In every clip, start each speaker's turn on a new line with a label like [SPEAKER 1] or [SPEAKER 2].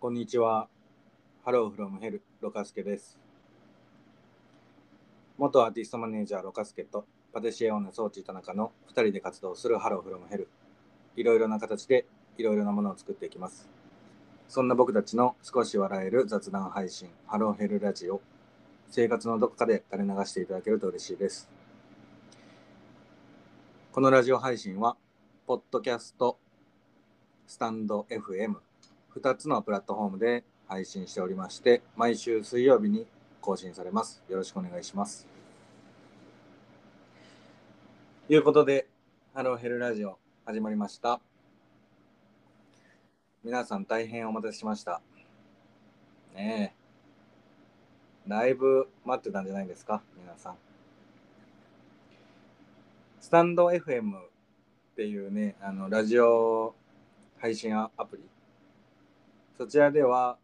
[SPEAKER 1] こんにちは。ハローフロムヘル、ロカスケです。元アーティストマネージャーロカスケとパティシエオーナー装置田中の2人で活動するハローフロムヘル。いろいろな形でいろいろなものを作っていきます。そんな僕たちの少し笑える雑談配信、ハローヘルラジオ。生活のどこかで垂れ流していただけると嬉しいです。このラジオ配信は、ポッドキャスト、スタンド FM、2つのプラットフォームで配信しておりまして、毎週水曜日に更新されます。よろしくお願いします。ということで、ハローヘルラジオ始まりました。皆さん大変お待たせしました。ねえ。だいぶ待ってたんじゃないですか、皆さん。スタンド FM っていうね、あの、ラジオ配信アプリ。そちらでは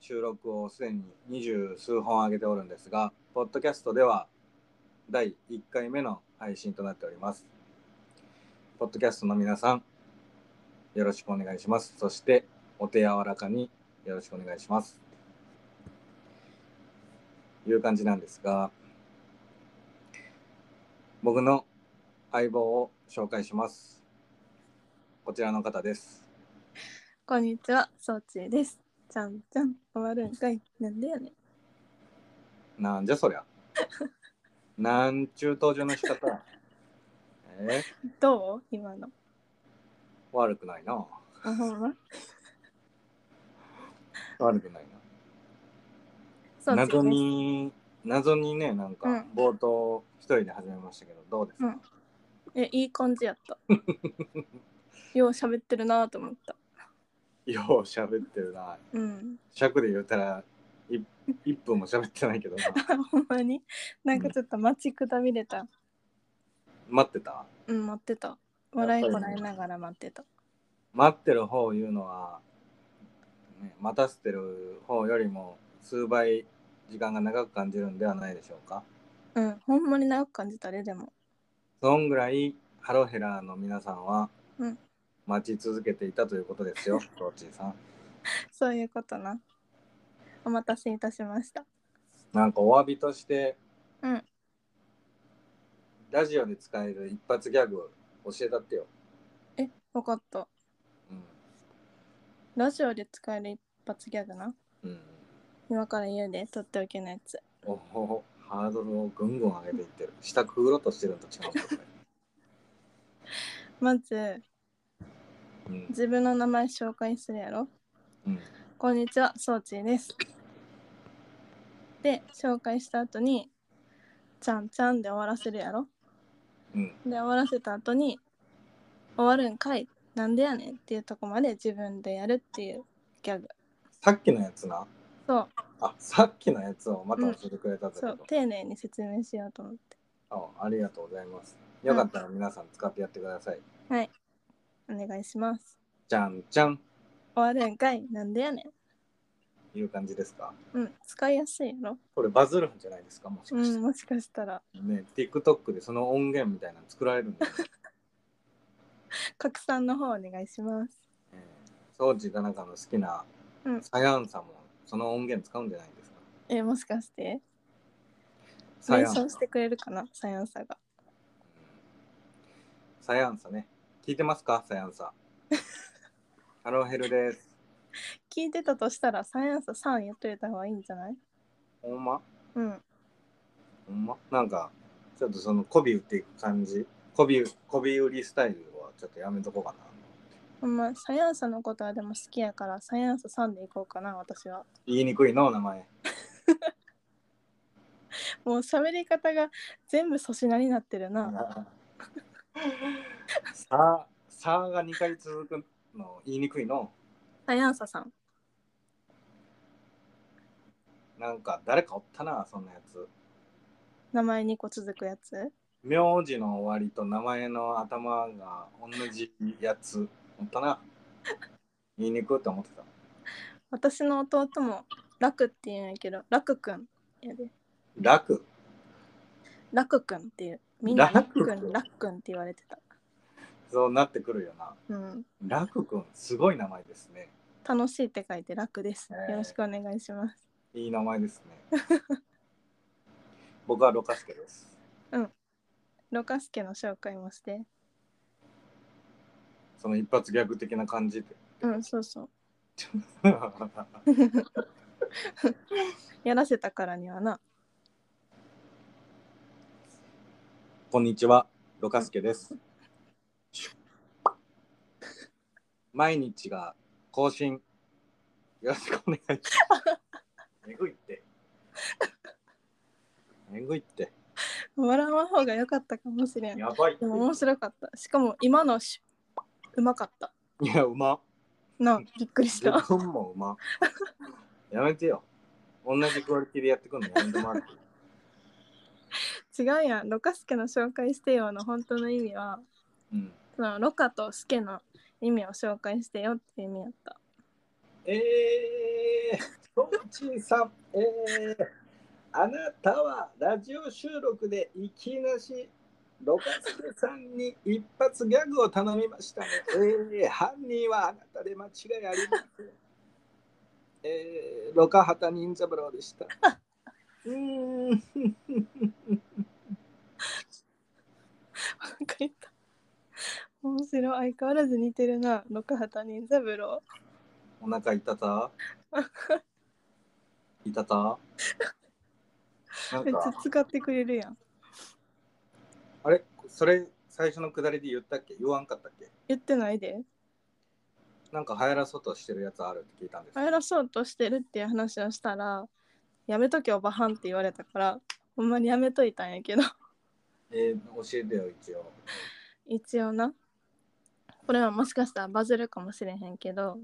[SPEAKER 1] 収録をすでに二十数本上げておるんですが、ポッドキャストでは第1回目の配信となっております。ポッドキャストの皆さん、よろしくお願いします。そして、お手柔らかによろしくお願いします。いう感じなんですが、僕の相棒を紹介します。こちらの方です。
[SPEAKER 2] こんにちは、そうちーです。ちゃんちゃん、終わるんかい。なんでやねん。
[SPEAKER 1] なんじゃそ りゃ。なんちゅう登場の仕方や。え
[SPEAKER 2] どう今の。
[SPEAKER 1] 悪くないな。
[SPEAKER 2] あほんま
[SPEAKER 1] 悪くない
[SPEAKER 2] そ
[SPEAKER 1] な。
[SPEAKER 2] うち
[SPEAKER 1] 謎
[SPEAKER 2] ーです。
[SPEAKER 1] に、謎にね、なん
[SPEAKER 2] う
[SPEAKER 1] か
[SPEAKER 2] ん
[SPEAKER 1] 冒頭一人で始めましたけど、どうですか、
[SPEAKER 2] え、いい感じ やった。よう喋ってるなと思った。
[SPEAKER 1] よう喋ってるな。
[SPEAKER 2] うん。
[SPEAKER 1] 尺で言ったら、い一分も喋ってない けどな。
[SPEAKER 2] ほんまになんかちょっと待ちくたびれた。
[SPEAKER 1] 待ってた
[SPEAKER 2] うん、待ってた。笑いこらえながら待ってた。
[SPEAKER 1] 待ってる方を言うのは、ね、待たせてる方よりも数倍時間が長く感じるんではないでしょうか。
[SPEAKER 2] うん、ほんまに長く感じた、あれでも。
[SPEAKER 1] そんぐらいハロヘラーの皆さんは
[SPEAKER 2] うん
[SPEAKER 1] 待ち続けていたということですよ、 ロッチーさん。
[SPEAKER 2] そういうことな。お待たせいたしました。
[SPEAKER 1] なんかお詫びとして、
[SPEAKER 2] うん
[SPEAKER 1] ラジオで使える一発ギャグ教えたってよ。
[SPEAKER 2] え、わかった。
[SPEAKER 1] う
[SPEAKER 2] ラジオで使える一発ギャグな。
[SPEAKER 1] ん。うん、
[SPEAKER 2] 今から言うで、とっておきのやつ。
[SPEAKER 1] おほほ、ハードルをぐんぐん上げていってる。下くぐろうとしてるんと違うんだこ
[SPEAKER 2] まず、
[SPEAKER 1] れ。 うん。
[SPEAKER 2] 自分の名前紹介するやろ
[SPEAKER 1] うん。
[SPEAKER 2] こんにちはそうちーですで紹介した後にちゃんちゃんで終わらせるやろ
[SPEAKER 1] うん。
[SPEAKER 2] で終わらせた後に終わるんかいなんでやねんっていうとこまで自分でやるっていうギャグ
[SPEAKER 1] さっきのやつな。
[SPEAKER 2] そう
[SPEAKER 1] あ、さっきのやつをまた教えてくれたんだけ
[SPEAKER 2] そ
[SPEAKER 1] ど、
[SPEAKER 2] う丁寧に説明しようと思って
[SPEAKER 1] あありがとうございます。よかったら皆さん使ってやってください。
[SPEAKER 2] お願いします
[SPEAKER 1] じゃんじゃん。
[SPEAKER 2] 終わるんかいなんでやね
[SPEAKER 1] いう感じですか
[SPEAKER 2] んうん使いやすいやろ
[SPEAKER 1] これバズるんじゃないですかもし
[SPEAKER 2] う
[SPEAKER 1] かして
[SPEAKER 2] ん、もしかしたら
[SPEAKER 1] ね TikTok でその音源みたいなの作られるんだよね、
[SPEAKER 2] 拡散の方お願いします
[SPEAKER 1] えー、庄司田中の好きな
[SPEAKER 2] うん
[SPEAKER 1] サヤンさんもその音源使うんじゃないですか
[SPEAKER 2] えもしかして
[SPEAKER 1] サ
[SPEAKER 2] メン
[SPEAKER 1] ヤン
[SPEAKER 2] シ
[SPEAKER 1] さ
[SPEAKER 2] ョ
[SPEAKER 1] ん
[SPEAKER 2] ンしてくれるかなサヤンサが
[SPEAKER 1] サヤンさんね聞いてますかサヤンさんハローヘルです
[SPEAKER 2] 聞いてたとしたらサイエンス3言っといた方がいいんじゃない
[SPEAKER 1] ほんま
[SPEAKER 2] うん。
[SPEAKER 1] ほんまなんかちょっとその媚び売っていく感じ媚び媚び売りスタイルはちょっとやめとこうかな
[SPEAKER 2] ほんま、サイエンスのことはでも好きやから、サイエンス3でいこうかな、私は。
[SPEAKER 1] 言いにくいの名前
[SPEAKER 2] もう喋り方が全部粗品になってるな。
[SPEAKER 1] さあ、さあが2回続くの言いにくいの。
[SPEAKER 2] サイエンスさん。
[SPEAKER 1] なんか誰かおったな、そんなやつ。
[SPEAKER 2] 名前2個続くやつ。
[SPEAKER 1] 名字の終わりと名前の頭が同じやつ。おったな。言いにくいと思ってた。
[SPEAKER 2] 私の弟もラクって言うんやけど、ラクくんやで。
[SPEAKER 1] 楽。
[SPEAKER 2] ラクくんっていう。みんな
[SPEAKER 1] ラ
[SPEAKER 2] ラ
[SPEAKER 1] クくん
[SPEAKER 2] クくん、ラクくんって言われてた。
[SPEAKER 1] そうなってくるよな。
[SPEAKER 2] うん。
[SPEAKER 1] 楽くん、すごい名前ですね。
[SPEAKER 2] 楽しいって書いて楽です。
[SPEAKER 1] えー
[SPEAKER 2] よろしくお願いします。
[SPEAKER 1] いい名前ですね。僕はロカスケです。
[SPEAKER 2] ロカスケの紹介もして。
[SPEAKER 1] その一発ギャグ的な感じで。
[SPEAKER 2] うん、そうそう。やらせたからにはな。
[SPEAKER 1] こんにちは、ロカスケです。毎日が更新。よろしくお願いします。えぐいって。えぐいって。
[SPEAKER 2] 笑わん方が良かったかもしれん。で
[SPEAKER 1] やばいって。
[SPEAKER 2] も面白かった。しかも今のし、うまかった。
[SPEAKER 1] いや、うま。
[SPEAKER 2] なあ、びっくりし
[SPEAKER 1] 自
[SPEAKER 2] た。
[SPEAKER 1] 分もうま。やめてよ。同じクオリティでやってくんのやめてもらっていい
[SPEAKER 2] 違うやん。ロカスケの紹介してよの本当の意味は、
[SPEAKER 1] うん。
[SPEAKER 2] そのロカとスケの意味を紹介してよっていう意味やった。
[SPEAKER 1] えー、トンチンさん、えー、あなたはラジオ収録でいきなし、ロカスケさんに一発ギャグを頼みましたね。えー、犯人はあなたで間違いありません。えー、ロカハタ忍三郎でした。うーん、
[SPEAKER 2] わかりた。面白い。相変わらず似てるな。六畑任三郎。
[SPEAKER 1] お腹痛た痛たなん
[SPEAKER 2] めっちゃ
[SPEAKER 1] か、
[SPEAKER 2] 使ってくれるやん。
[SPEAKER 1] あれそれ最初のくだりで言ったっけ言わんかったっけ
[SPEAKER 2] 言ってないで。
[SPEAKER 1] なんか流行らそうとしてるやつあるって聞いたんですけ
[SPEAKER 2] 帰らそうとしてるっていう話をしたら、やめとけおばはんって言われたから、ほんまにやめといたんやけど。
[SPEAKER 1] えー教えてよ一応
[SPEAKER 2] 一応な。これはもしかしたらバズるかもしれへんけど、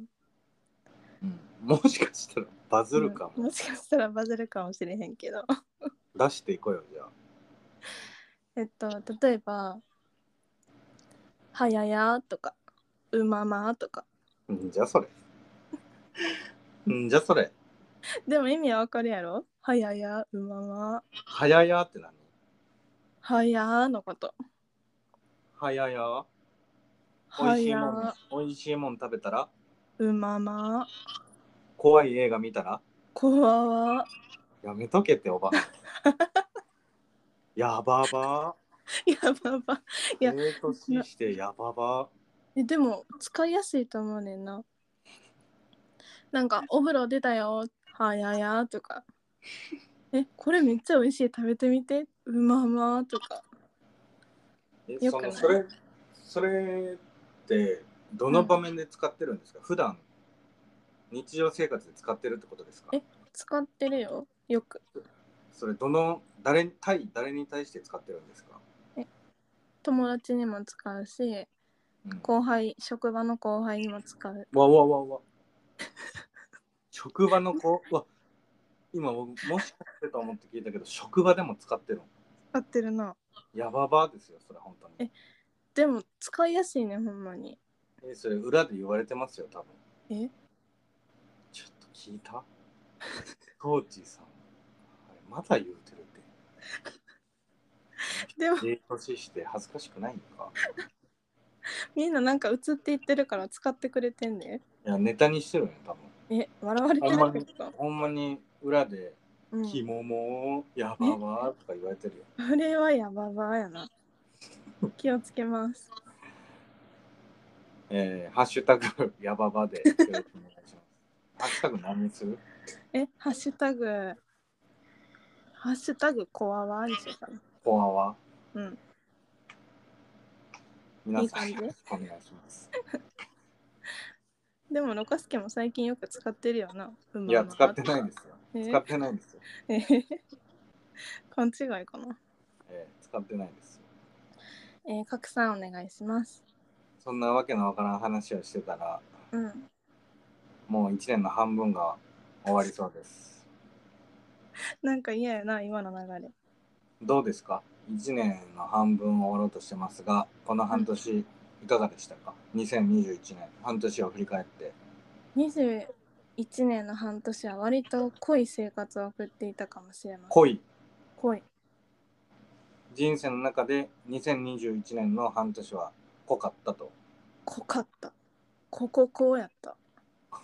[SPEAKER 1] もしかしたらバズるかも、
[SPEAKER 2] うんもしかしたらバズるかもしれへんけど。
[SPEAKER 1] 出していこうよじゃあ
[SPEAKER 2] えっと、例えば、はややとか、うままとか。
[SPEAKER 1] うんじゃあそれ うんじゃあそれ
[SPEAKER 2] でも意味はわかるやろはやや、うまま、
[SPEAKER 1] はややって何
[SPEAKER 2] はやーのこと。
[SPEAKER 1] はややお
[SPEAKER 2] はい
[SPEAKER 1] しいも
[SPEAKER 2] や
[SPEAKER 1] んおいしいもん食べたら
[SPEAKER 2] ー、うまま、
[SPEAKER 1] 怖い映画見たら
[SPEAKER 2] こわわ。
[SPEAKER 1] やめとけってお ばやばば
[SPEAKER 2] やばば。い
[SPEAKER 1] え
[SPEAKER 2] や
[SPEAKER 1] え年してやばば
[SPEAKER 2] えでも、使いやすいと思うねんな。なん か、お風呂出たよ、はややーとか。え、これめっちゃ美味しい、食べてみて、うままとか。
[SPEAKER 1] え
[SPEAKER 2] よ
[SPEAKER 1] そ
[SPEAKER 2] くな
[SPEAKER 1] の
[SPEAKER 2] い
[SPEAKER 1] それそれってどの場面で使ってるんですか、普段日常生活で使ってるってことですか
[SPEAKER 2] え使ってるよ、よく。
[SPEAKER 1] それどの誰に対誰に対して使ってるんですか、
[SPEAKER 2] 友達にも使うし、
[SPEAKER 1] うん
[SPEAKER 2] 後輩、職場の後輩にも使う。
[SPEAKER 1] わわわわ 職場の子うわ今僕もしかしてと思って聞いたけど職場でも使ってるの
[SPEAKER 2] 使ってるな。
[SPEAKER 1] やばばですよそれ本当に
[SPEAKER 2] でも、使いやすいね、ほんまに。
[SPEAKER 1] えそれ裏で言われてますよ多分
[SPEAKER 2] え
[SPEAKER 1] ちょっと聞いた トーチーさんあれまだ言うてるって
[SPEAKER 2] でも、
[SPEAKER 1] ええ年して恥ずかしくないのか
[SPEAKER 2] みんななんか映っていってるから使ってくれてんね。
[SPEAKER 1] いやネタにしてるよね多分
[SPEAKER 2] え、笑われてるってこと
[SPEAKER 1] ほんまに裏で
[SPEAKER 2] う
[SPEAKER 1] 「キ
[SPEAKER 2] ん、
[SPEAKER 1] モモやばわ」とか言われてるよ
[SPEAKER 2] あれはやばばやな。気をつけます。
[SPEAKER 1] えー、ハッシュタグやばばでよろしくお願いしますハッシュタグ何にする
[SPEAKER 2] え、ハッシュタグ、ハッシュタグコアワーにしようかな。
[SPEAKER 1] コアは
[SPEAKER 2] うん。
[SPEAKER 1] 皆さん
[SPEAKER 2] いい感じ
[SPEAKER 1] よろしくお願いします
[SPEAKER 2] でも、ロカスケも最近よく使ってるよな。うま
[SPEAKER 1] いや使ってないんですよ
[SPEAKER 2] え
[SPEAKER 1] 使ってないんですよ、
[SPEAKER 2] え 勘違いかな。
[SPEAKER 1] えー、使ってないですよ
[SPEAKER 2] えー、拡散お願いします。
[SPEAKER 1] そんなわけのわからん話をしてたら
[SPEAKER 2] うん。
[SPEAKER 1] もう1年の半分が終わりそうです
[SPEAKER 2] なんか嫌やな、今の流れ。
[SPEAKER 1] どうですか1年の半分を終わろうとしてますがこの半年いかがでしたか2021年半年を振り返って
[SPEAKER 2] 21年の半年は割と濃い生活を送っていたかもしれません。
[SPEAKER 1] 濃い
[SPEAKER 2] 濃い。
[SPEAKER 1] 人生の中で2021年の半年は濃かったと
[SPEAKER 2] 濃かった。こここうやった。
[SPEAKER 1] こ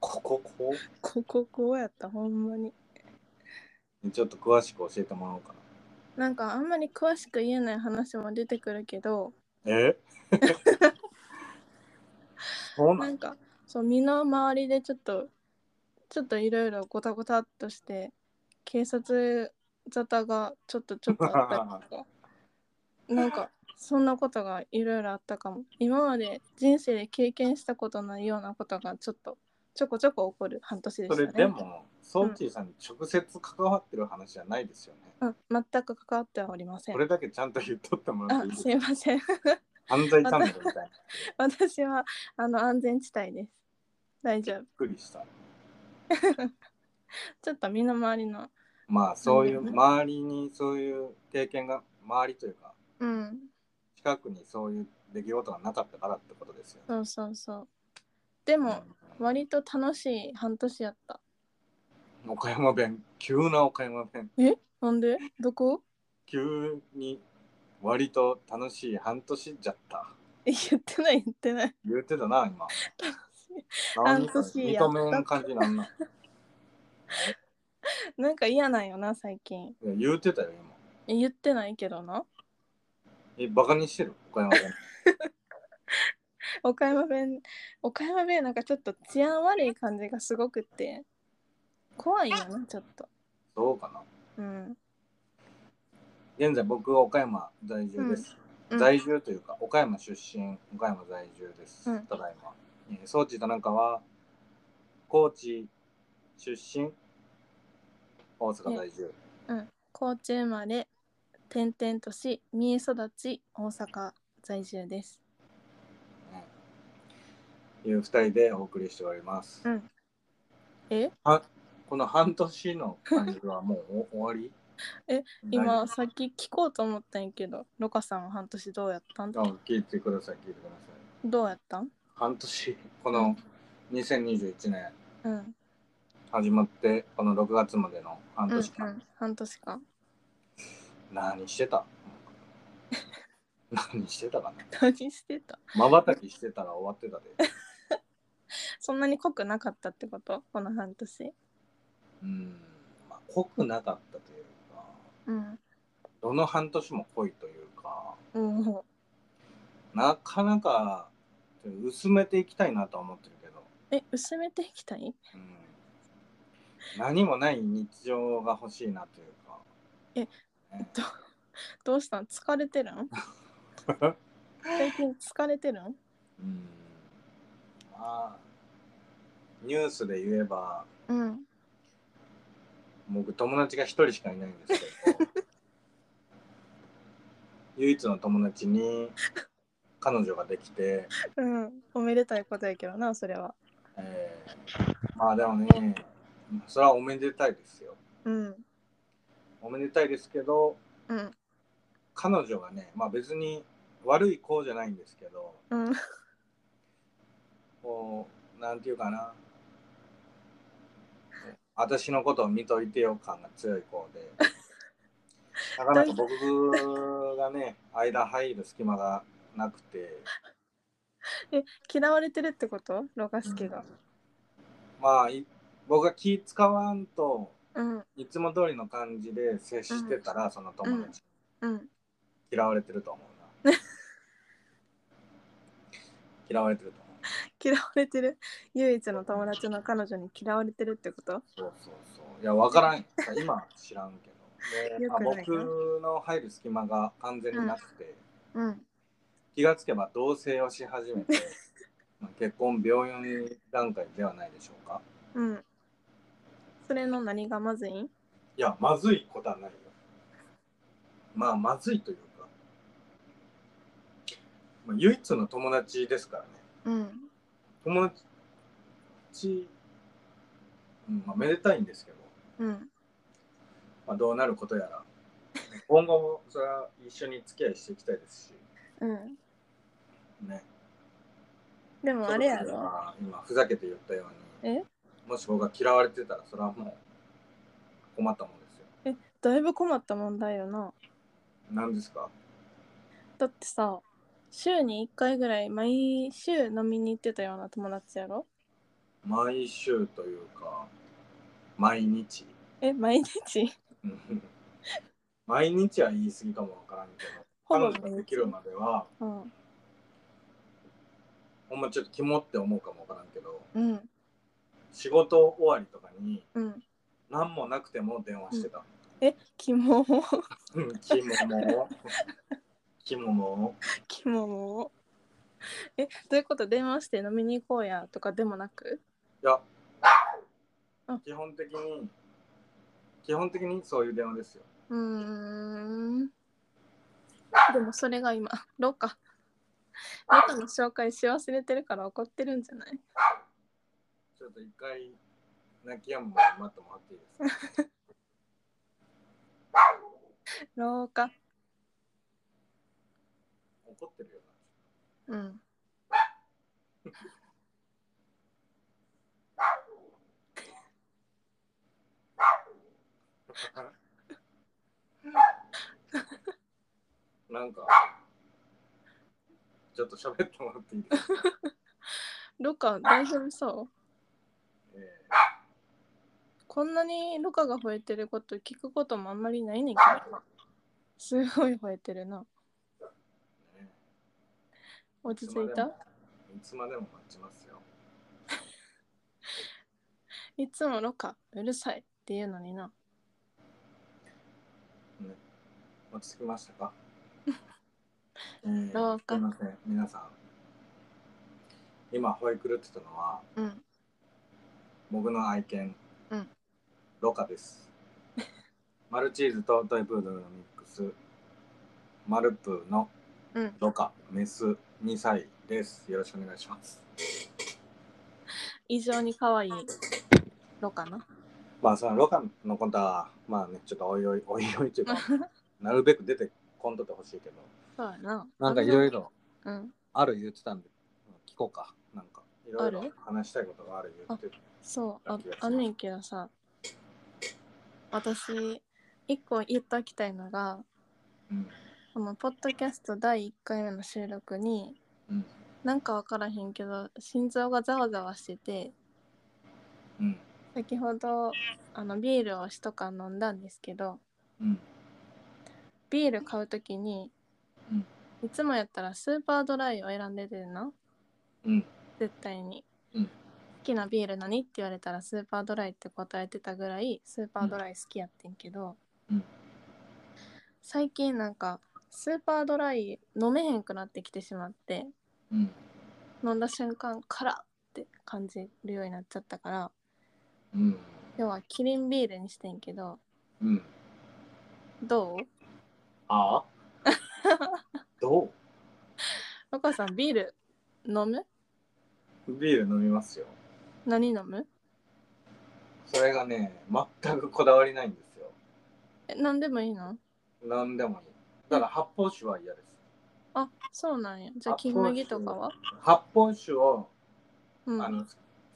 [SPEAKER 1] ここ
[SPEAKER 2] こここうやったほんまに
[SPEAKER 1] うちょっと詳しく教えてもらおうか
[SPEAKER 2] なんかあんまり詳しく言えない話も出てくるけど
[SPEAKER 1] な えそうな
[SPEAKER 2] なんんかそう身の回りでちょっとちょっといろいろごたごたっとして警察沙汰がちょっとちょっとあったりと かなんかそんなことがいろいろあったかも今まで人生で経験したことないようなことがちょっとちょこちょこ起こる半年で
[SPEAKER 1] そ
[SPEAKER 2] した
[SPEAKER 1] れ
[SPEAKER 2] ね
[SPEAKER 1] でもソーキーさんに直接関わってる話じゃないですよね、
[SPEAKER 2] うん、全く関わってはおりません
[SPEAKER 1] これだけちゃんと言っとってもらっ
[SPEAKER 2] あ
[SPEAKER 1] ていい
[SPEAKER 2] すいません
[SPEAKER 1] 犯罪チャンネルみたいなびっ
[SPEAKER 2] 私はあの安全地帯です大丈夫
[SPEAKER 1] くりした
[SPEAKER 2] ちょっと身の回りの
[SPEAKER 1] まあそういう
[SPEAKER 2] なん
[SPEAKER 1] 周りにそういう経験が周りというか
[SPEAKER 2] うん
[SPEAKER 1] 近くにそういう出来事がなかったからってことですよね。
[SPEAKER 2] そうそうそうでも、割と楽しい半年やった。
[SPEAKER 1] うん岡山弁急な岡山弁
[SPEAKER 2] なんでどこ
[SPEAKER 1] 急に割と楽しい半年じゃった
[SPEAKER 2] え言ってない言ってない。
[SPEAKER 1] 言ってたな今
[SPEAKER 2] 楽し
[SPEAKER 1] 何か
[SPEAKER 2] 半年やった
[SPEAKER 1] 認めん感じなんなん
[SPEAKER 2] いなんか嫌なんよな最近。
[SPEAKER 1] いや言ってたよ今
[SPEAKER 2] え言ってないけどな。
[SPEAKER 1] えバカにしてる岡山弁
[SPEAKER 2] 岡山弁岡山弁なんかちょっと治安悪い感じがすごくって怖いよなちょっと。
[SPEAKER 1] そうかな
[SPEAKER 2] うん。
[SPEAKER 1] 現在僕は岡山在住です、
[SPEAKER 2] うん
[SPEAKER 1] 在住というか岡山出身岡山在住です、
[SPEAKER 2] うん
[SPEAKER 1] ただいま、えー、ソーチとなんかは高知出身大阪在住、
[SPEAKER 2] 高知生まれ転々とし三重育ち大阪在住です。
[SPEAKER 1] ねいう二人でお送りしております、
[SPEAKER 2] うんえ
[SPEAKER 1] この半年の感じはもうお終わり
[SPEAKER 2] え
[SPEAKER 1] 大
[SPEAKER 2] 今
[SPEAKER 1] 丈
[SPEAKER 2] さっき聞こうと思ったんやけどロカさんは半年どうやったん
[SPEAKER 1] 夫あ聞いてください聞いてください
[SPEAKER 2] どうやったん
[SPEAKER 1] 半年この2021年
[SPEAKER 2] うん。
[SPEAKER 1] 始まってこの6月までの半年間、
[SPEAKER 2] うんうん、半年間
[SPEAKER 1] 何してた 何してたかな
[SPEAKER 2] 何してた
[SPEAKER 1] まばたきしてたら終わってたで。
[SPEAKER 2] そんなに濃くなかったってことこの半年
[SPEAKER 1] うん。まあ、濃くなかったというか、
[SPEAKER 2] うん
[SPEAKER 1] どの半年も濃いというか、
[SPEAKER 2] うん
[SPEAKER 1] なかなか薄めていきたいなとは思ってるけど、
[SPEAKER 2] え薄めていきたい
[SPEAKER 1] うん、何もない日常が欲しいなというか。
[SPEAKER 2] え
[SPEAKER 1] ね
[SPEAKER 2] どどうしたん疲れてるん最近疲れてるん
[SPEAKER 1] うん。まあ、ニュースで言えば、
[SPEAKER 2] うん
[SPEAKER 1] 僕友達が一人しかいないんですけど唯一の友達に彼女ができて、
[SPEAKER 2] うんおめでたいことやけどなそれは
[SPEAKER 1] えーまあでもねそれはおめでたいですよ
[SPEAKER 2] うん
[SPEAKER 1] おめでたいですけど
[SPEAKER 2] うん
[SPEAKER 1] 彼女がねまあ別に悪い子じゃないんですけど
[SPEAKER 2] うん
[SPEAKER 1] こうなんていうかな私のことを見といてよ感が強い子 でなかなか僕がね間入る隙間がなくて
[SPEAKER 2] 嫌われてるってことロガスケが
[SPEAKER 1] まあい僕が気使わんと
[SPEAKER 2] うん
[SPEAKER 1] いつも通りの感じで接してたら、その友達、
[SPEAKER 2] うん
[SPEAKER 1] 嫌われてると思うな 嫌われてると思う
[SPEAKER 2] 嫌われてる唯一の友達の彼女に嫌われてるってこと
[SPEAKER 1] そうそうそういや分からんよ今は知らんけ どで
[SPEAKER 2] よく
[SPEAKER 1] まあ
[SPEAKER 2] ない
[SPEAKER 1] 僕の入る隙間が完全になくて、
[SPEAKER 2] うん
[SPEAKER 1] 気がつけば同棲をし始め てまあ結婚病院段階ではないでしょうか
[SPEAKER 2] うんそれの何がまずいん
[SPEAKER 1] いやまずいことはないよまあまずいというか、まあ、唯一の友達ですからね
[SPEAKER 2] うん
[SPEAKER 1] 友達、うんまあ、めでたいんですけど、
[SPEAKER 2] うん
[SPEAKER 1] まあ、どうなることやら今後もそれは一緒に付き合いしていきたいですし
[SPEAKER 2] うん
[SPEAKER 1] ね
[SPEAKER 2] でもあれ
[SPEAKER 1] そ
[SPEAKER 2] や
[SPEAKER 1] の時
[SPEAKER 2] ろ
[SPEAKER 1] は今ふざけて言ったように
[SPEAKER 2] え
[SPEAKER 1] もし僕が嫌われてたらそれはもう困ったもんですよ
[SPEAKER 2] だいぶ困った問題よな
[SPEAKER 1] 何ですか
[SPEAKER 2] だってさ週に1回ぐらい毎週飲みに行ってたような友達やろ
[SPEAKER 1] 毎週というか毎日
[SPEAKER 2] え毎 日
[SPEAKER 1] うん毎日は言い過ぎかもわからんけど
[SPEAKER 2] ほ
[SPEAKER 1] 彼
[SPEAKER 2] ぼ
[SPEAKER 1] 女が
[SPEAKER 2] 毎
[SPEAKER 1] で
[SPEAKER 2] 日
[SPEAKER 1] きるまでは
[SPEAKER 2] うん
[SPEAKER 1] ほんまちょっと肝って思うかもわからんけど
[SPEAKER 2] うん
[SPEAKER 1] 仕事終わりとかに
[SPEAKER 2] うん
[SPEAKER 1] 何もなくても電話してた、
[SPEAKER 2] えキ モモ
[SPEAKER 1] うん、キモモ キモモ
[SPEAKER 2] キモモえどういうこと電話して飲みに行こうやとかでもなく
[SPEAKER 1] いや
[SPEAKER 2] あ
[SPEAKER 1] 基本的に基本的にそういう電話ですよ
[SPEAKER 2] うーんでもそれが今 ロカロカの紹介し忘れてるから怒ってるんじゃない
[SPEAKER 1] ちょっと一回泣き止むまで待ってもらっていいですか
[SPEAKER 2] ロカ
[SPEAKER 1] 怒ってるよ
[SPEAKER 2] うん
[SPEAKER 1] ななんかちょっと喋ってもらっていいですか、
[SPEAKER 2] ロカ大丈夫そう
[SPEAKER 1] え
[SPEAKER 2] こんなにロカが吠えてること聞くこともあんまりないねんけどすごい吠えてるな
[SPEAKER 1] ーね
[SPEAKER 2] 落ち着いた
[SPEAKER 1] いつまでも待ちますよ
[SPEAKER 2] いつもロカうるさいっていうのにな
[SPEAKER 1] 落ち着きました か、えー
[SPEAKER 2] どうか
[SPEAKER 1] すいません皆さん今吠え狂ってたのは
[SPEAKER 2] うん
[SPEAKER 1] 僕の愛犬、
[SPEAKER 2] うん
[SPEAKER 1] ロカ です。マルチーズとトイプードルのミックス、マルプーの
[SPEAKER 2] うん
[SPEAKER 1] ロカ、メス2歳です。よろしくお願いします。
[SPEAKER 2] 異常に可愛いロカな
[SPEAKER 1] まあ、そのロカのことは、まあね、ちょっとおいおい、おいおいという か、なるべく出てこんとってほしいけど、
[SPEAKER 2] そうやな
[SPEAKER 1] なんかいろ
[SPEAKER 2] い
[SPEAKER 1] いろ
[SPEAKER 2] ろうん
[SPEAKER 1] ある言ってたんで、聞こうか。なんか、いろい
[SPEAKER 2] あ
[SPEAKER 1] ろ
[SPEAKER 2] る
[SPEAKER 1] 話したいことがある言ってて。
[SPEAKER 2] そうあ
[SPEAKER 1] ラッキーやつ
[SPEAKER 2] あんねんけどさ私一個言っときたいのが
[SPEAKER 1] うん。
[SPEAKER 2] このポッドキャスト第1回目の収録に
[SPEAKER 1] うん。
[SPEAKER 2] なんかわからへんけど心臓がざわざわしてて
[SPEAKER 1] うん。
[SPEAKER 2] 先ほどあのビールを一缶飲んだんですけど
[SPEAKER 1] うん。
[SPEAKER 2] ビール買うときに、
[SPEAKER 1] うん
[SPEAKER 2] いつもやったらスーパードライを選んでてんな
[SPEAKER 1] うん。
[SPEAKER 2] 絶対に、
[SPEAKER 1] うん
[SPEAKER 2] 好きなビール何って言われたらスーパードライって答えてたぐらいスーパードライ好きやってんけど、
[SPEAKER 1] うん
[SPEAKER 2] 最近なんかスーパードライ飲めへんくなってきてしまって
[SPEAKER 1] うん。
[SPEAKER 2] 飲んだ瞬間からって感じるようになっちゃったから
[SPEAKER 1] うん。
[SPEAKER 2] 要はキリンビールにしてんけど
[SPEAKER 1] うん。
[SPEAKER 2] どう
[SPEAKER 1] ああどう
[SPEAKER 2] お母さんビール飲む
[SPEAKER 1] ビール飲みますよ。
[SPEAKER 2] 何飲む
[SPEAKER 1] それがね、全くこだわりないんですよ。
[SPEAKER 2] え何でもいいの
[SPEAKER 1] 何でもいい。ただ発泡酒は嫌です。
[SPEAKER 2] あそうなんやじゃあ
[SPEAKER 1] あ
[SPEAKER 2] 金麦とかは
[SPEAKER 1] 発泡酒を、
[SPEAKER 2] うん
[SPEAKER 1] あの好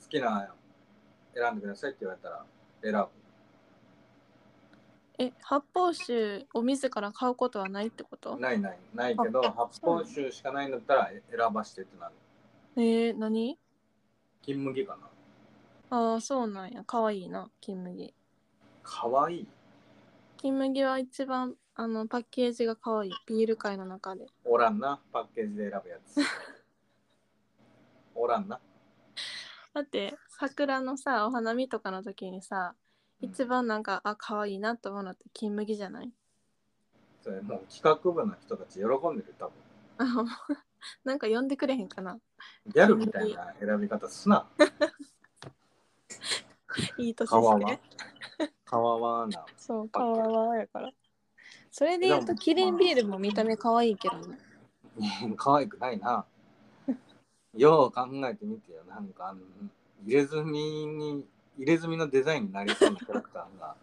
[SPEAKER 1] きな選んでくださいって言われたら選ぶ。
[SPEAKER 2] え発泡酒を自ら買うことはないってこと
[SPEAKER 1] ないないないけど、発泡酒しかないんだったらえ選ばしてってなる。
[SPEAKER 2] えー、何
[SPEAKER 1] 金麦かな。
[SPEAKER 2] ああそうなんやかわいいな金麦
[SPEAKER 1] かわいい。
[SPEAKER 2] 金麦は一番あのパッケージがかわいいビール界の中で
[SPEAKER 1] おらんな。パッケージで選ぶや つ。おらんな。
[SPEAKER 2] だって桜のさお花見とかの時にさ
[SPEAKER 1] うん
[SPEAKER 2] 一番なんか、あ可愛いなと思うのって金麦じゃない
[SPEAKER 1] それもう企画部の人たち喜んでる多分。
[SPEAKER 2] あほんまなんか呼んでくれへんかな
[SPEAKER 1] ギャルみたいな選び方すな。
[SPEAKER 2] いい年
[SPEAKER 1] かわ
[SPEAKER 2] し
[SPEAKER 1] わ
[SPEAKER 2] て。
[SPEAKER 1] かわわな。
[SPEAKER 2] そうかわわやからそれで言うとキリンビールも見た目可愛いけどね
[SPEAKER 1] 可愛くないな。よう考えてみてよ。なんかあの、入れ墨に、入れ墨のデザインになりそうなキャラクターが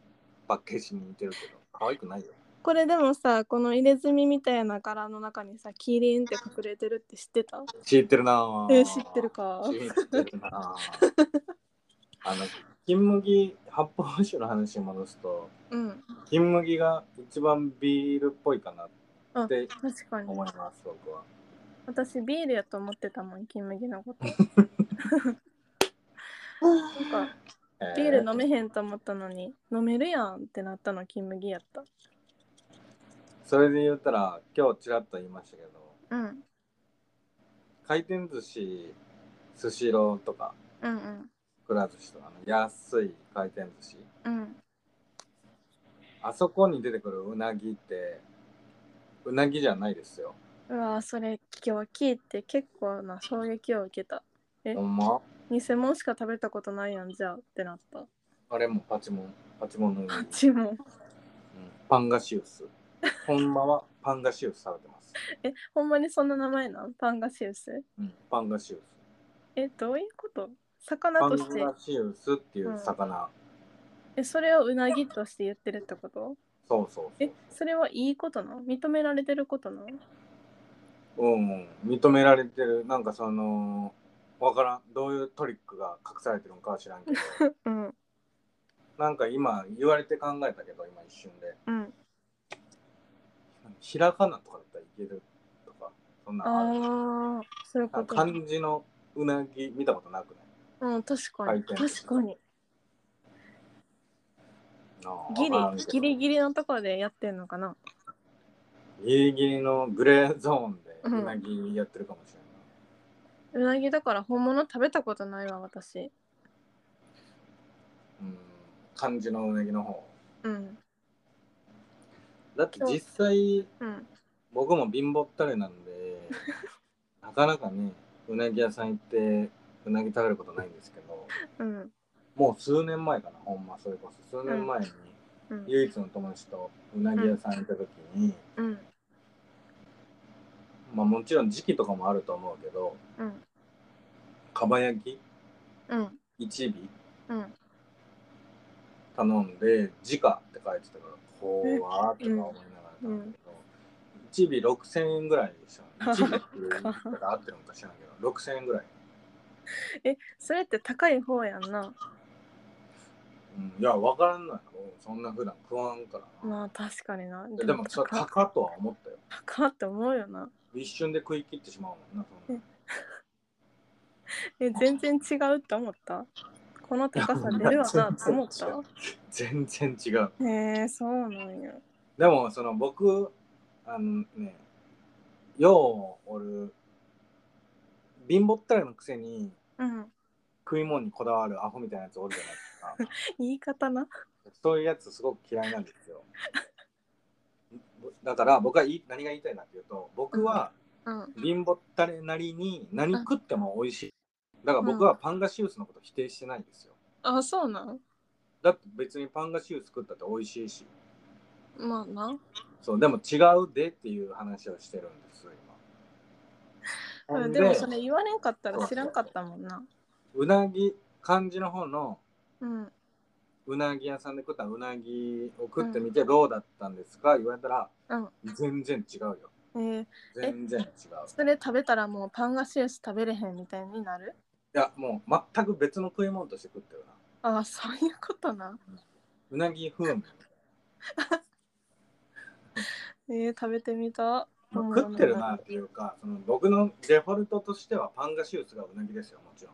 [SPEAKER 1] パッケージに似てるけど、可愛くないよ。
[SPEAKER 2] これでもさこの入れ墨みたいな柄の中にさキリンって隠れてるって知ってた
[SPEAKER 1] 知ってるなぁ
[SPEAKER 2] えー知ってるか
[SPEAKER 1] 知ってるなぁあの、金麦、発泡酒の話に戻すと、
[SPEAKER 2] うん
[SPEAKER 1] 金麦が一番ビールっぽいかなって
[SPEAKER 2] 確かに
[SPEAKER 1] 思います、僕は。
[SPEAKER 2] 私ビールやと思ってたもん金麦のことなんか
[SPEAKER 1] え
[SPEAKER 2] ビール飲めへんと思ったのに飲めるやんってなったの金麦やった
[SPEAKER 1] それで言ったら今日ちらっと言いましたけど
[SPEAKER 2] うん
[SPEAKER 1] 回転寿司スシローとか
[SPEAKER 2] うんうん
[SPEAKER 1] くら寿司とかの安い回転寿司
[SPEAKER 2] うん
[SPEAKER 1] あそこに出てくるうなぎってうなぎじゃないですよ
[SPEAKER 2] うわーそれ今日聞いて結構な衝撃を受けたえ
[SPEAKER 1] ほんま
[SPEAKER 2] 偽物しか食べたことないやんじゃあってなった
[SPEAKER 1] あれもパチモンパチモンのうな
[SPEAKER 2] あ
[SPEAKER 1] ぎ
[SPEAKER 2] っちも
[SPEAKER 1] うんパンガシウスほんまはパンガシウス食べてます、
[SPEAKER 2] えほんまにそんな名前なんパンガシウス
[SPEAKER 1] うん、パンガシウス
[SPEAKER 2] えどういうこと魚
[SPEAKER 1] パ
[SPEAKER 2] と
[SPEAKER 1] ン
[SPEAKER 2] して
[SPEAKER 1] ガシウスっていう魚、
[SPEAKER 2] えそれをうなぎとして言ってるってこと
[SPEAKER 1] そうそうそう
[SPEAKER 2] えそれはいいことなの認められてることなの
[SPEAKER 1] うんうん、認められてるなんかそのわからんどういうトリックが隠されてるのかは知ら んけど
[SPEAKER 2] うん
[SPEAKER 1] なんか今言われて考えたけど今一瞬で
[SPEAKER 2] うん
[SPEAKER 1] ひらがなとかだったらいけるとかそんなのある
[SPEAKER 2] ああそういう
[SPEAKER 1] な
[SPEAKER 2] こ
[SPEAKER 1] んか
[SPEAKER 2] と
[SPEAKER 1] 漢字のうなぎ見たことなくない
[SPEAKER 2] うん確かに
[SPEAKER 1] 回転
[SPEAKER 2] 確かに
[SPEAKER 1] なあ
[SPEAKER 2] ギリ
[SPEAKER 1] わからんけど
[SPEAKER 2] ギリギリのところでやってんのかな
[SPEAKER 1] ギリギリのグレーゾーンで
[SPEAKER 2] うん
[SPEAKER 1] うなぎやってるかもしれない、
[SPEAKER 2] うなぎだから本物食べたことないわ私
[SPEAKER 1] うん、漢字のうなぎの方
[SPEAKER 2] うん
[SPEAKER 1] だって実際
[SPEAKER 2] うん
[SPEAKER 1] 僕も貧乏ったれなんで なかなかねうなぎ屋さん行ってうなぎ食べることないんですけど
[SPEAKER 2] うん
[SPEAKER 1] もう数年前かなほんまそれこそ数年前に
[SPEAKER 2] うん
[SPEAKER 1] 唯一の友達とうなぎ屋さん行った時に、
[SPEAKER 2] うん
[SPEAKER 1] まあもちろん時期とかもあると思うけど
[SPEAKER 2] うん
[SPEAKER 1] かば焼き
[SPEAKER 2] うん
[SPEAKER 1] 一尾
[SPEAKER 2] うん
[SPEAKER 1] 頼んで「時価」って書いてたから怖ーってか思いながら頼んだけど、1尾6000円ぐらいでした ね1尾っていう言い方合ってるのか知らんけど6000円ぐらい、
[SPEAKER 2] えそれって高い方やんな
[SPEAKER 1] うん、いや分からんのやろそんな普段食わんからな、
[SPEAKER 2] まあ確かにな
[SPEAKER 1] ででもそれ
[SPEAKER 2] 高
[SPEAKER 1] 高とは思ったよ
[SPEAKER 2] 高って思うよな
[SPEAKER 1] 一瞬で食い切ってしまうもんなそんな
[SPEAKER 2] え全然違うって思ったこの高さ出るわなって思っ
[SPEAKER 1] 全然違
[SPEAKER 2] た
[SPEAKER 1] 全然違う
[SPEAKER 2] へえそうなんや
[SPEAKER 1] でもその僕あのねよう俺貧乏ったれのくせに
[SPEAKER 2] うん
[SPEAKER 1] 食い物にこだわるアホみたいなやつおるじゃないですか
[SPEAKER 2] 言い方な
[SPEAKER 1] そういうやつすごく嫌いなんですよ。だから僕は言い何が言いたいなっていうと僕は
[SPEAKER 2] うん
[SPEAKER 1] 貧乏ったれなりに何食っても美味しい。だから僕はパンガシウスのこと否定してないんですよ。
[SPEAKER 2] あそうなん
[SPEAKER 1] だって別にパンガシウス食ったって美味しいし。
[SPEAKER 2] まあな
[SPEAKER 1] そうでも違うでっていう話をしてるんです今。
[SPEAKER 2] あ
[SPEAKER 1] ほん
[SPEAKER 2] で
[SPEAKER 1] で
[SPEAKER 2] もそれ言われんかったら知らんかったもんな
[SPEAKER 1] うなぎ漢字の方の
[SPEAKER 2] うん
[SPEAKER 1] うなぎ屋さんで食ったうなぎを食ってみてどうだったんですか言われたら
[SPEAKER 2] うん
[SPEAKER 1] 全然違うよ。
[SPEAKER 2] えー、
[SPEAKER 1] 全然違う。
[SPEAKER 2] それ食べたらもうパンガシウス食べれへんみたいになる
[SPEAKER 1] いやもう全く別の食い物として食ってるな。
[SPEAKER 2] あそういうことな
[SPEAKER 1] うなぎ風味。
[SPEAKER 2] えー、食べてみた
[SPEAKER 1] まあ食ってるなっていうか、その僕のデフォルトとしてはパンガシウスがうなぎですよ、もち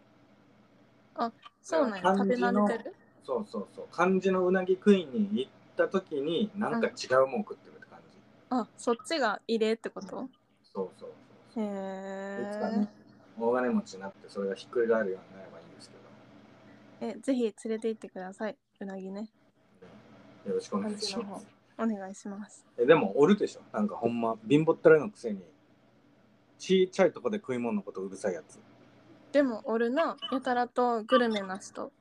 [SPEAKER 1] ろん。
[SPEAKER 2] そうなんや食べ慣れてる
[SPEAKER 1] そうそうそう。漢字のうなぎ食いに行った時に、なんか違うもん食ってるって感じ。
[SPEAKER 2] あそっちが異例ってこと
[SPEAKER 1] そうそう
[SPEAKER 2] へ
[SPEAKER 1] そう。いつか
[SPEAKER 2] ー
[SPEAKER 1] ね、大金持ちになってそれがひっくり返るようになればいいんですけ
[SPEAKER 2] えぜひ連れて行ってくださいうなぎね
[SPEAKER 1] ど、ねよろしくお願いし
[SPEAKER 2] 漢字の
[SPEAKER 1] ま
[SPEAKER 2] 方
[SPEAKER 1] す。
[SPEAKER 2] お願いします
[SPEAKER 1] えでもおるでしょ、なんかほんま、貧乏ったれのくせに、ちっちゃいとこで食い物のことうるさいやつ。
[SPEAKER 2] でも俺なやたらとグルメな人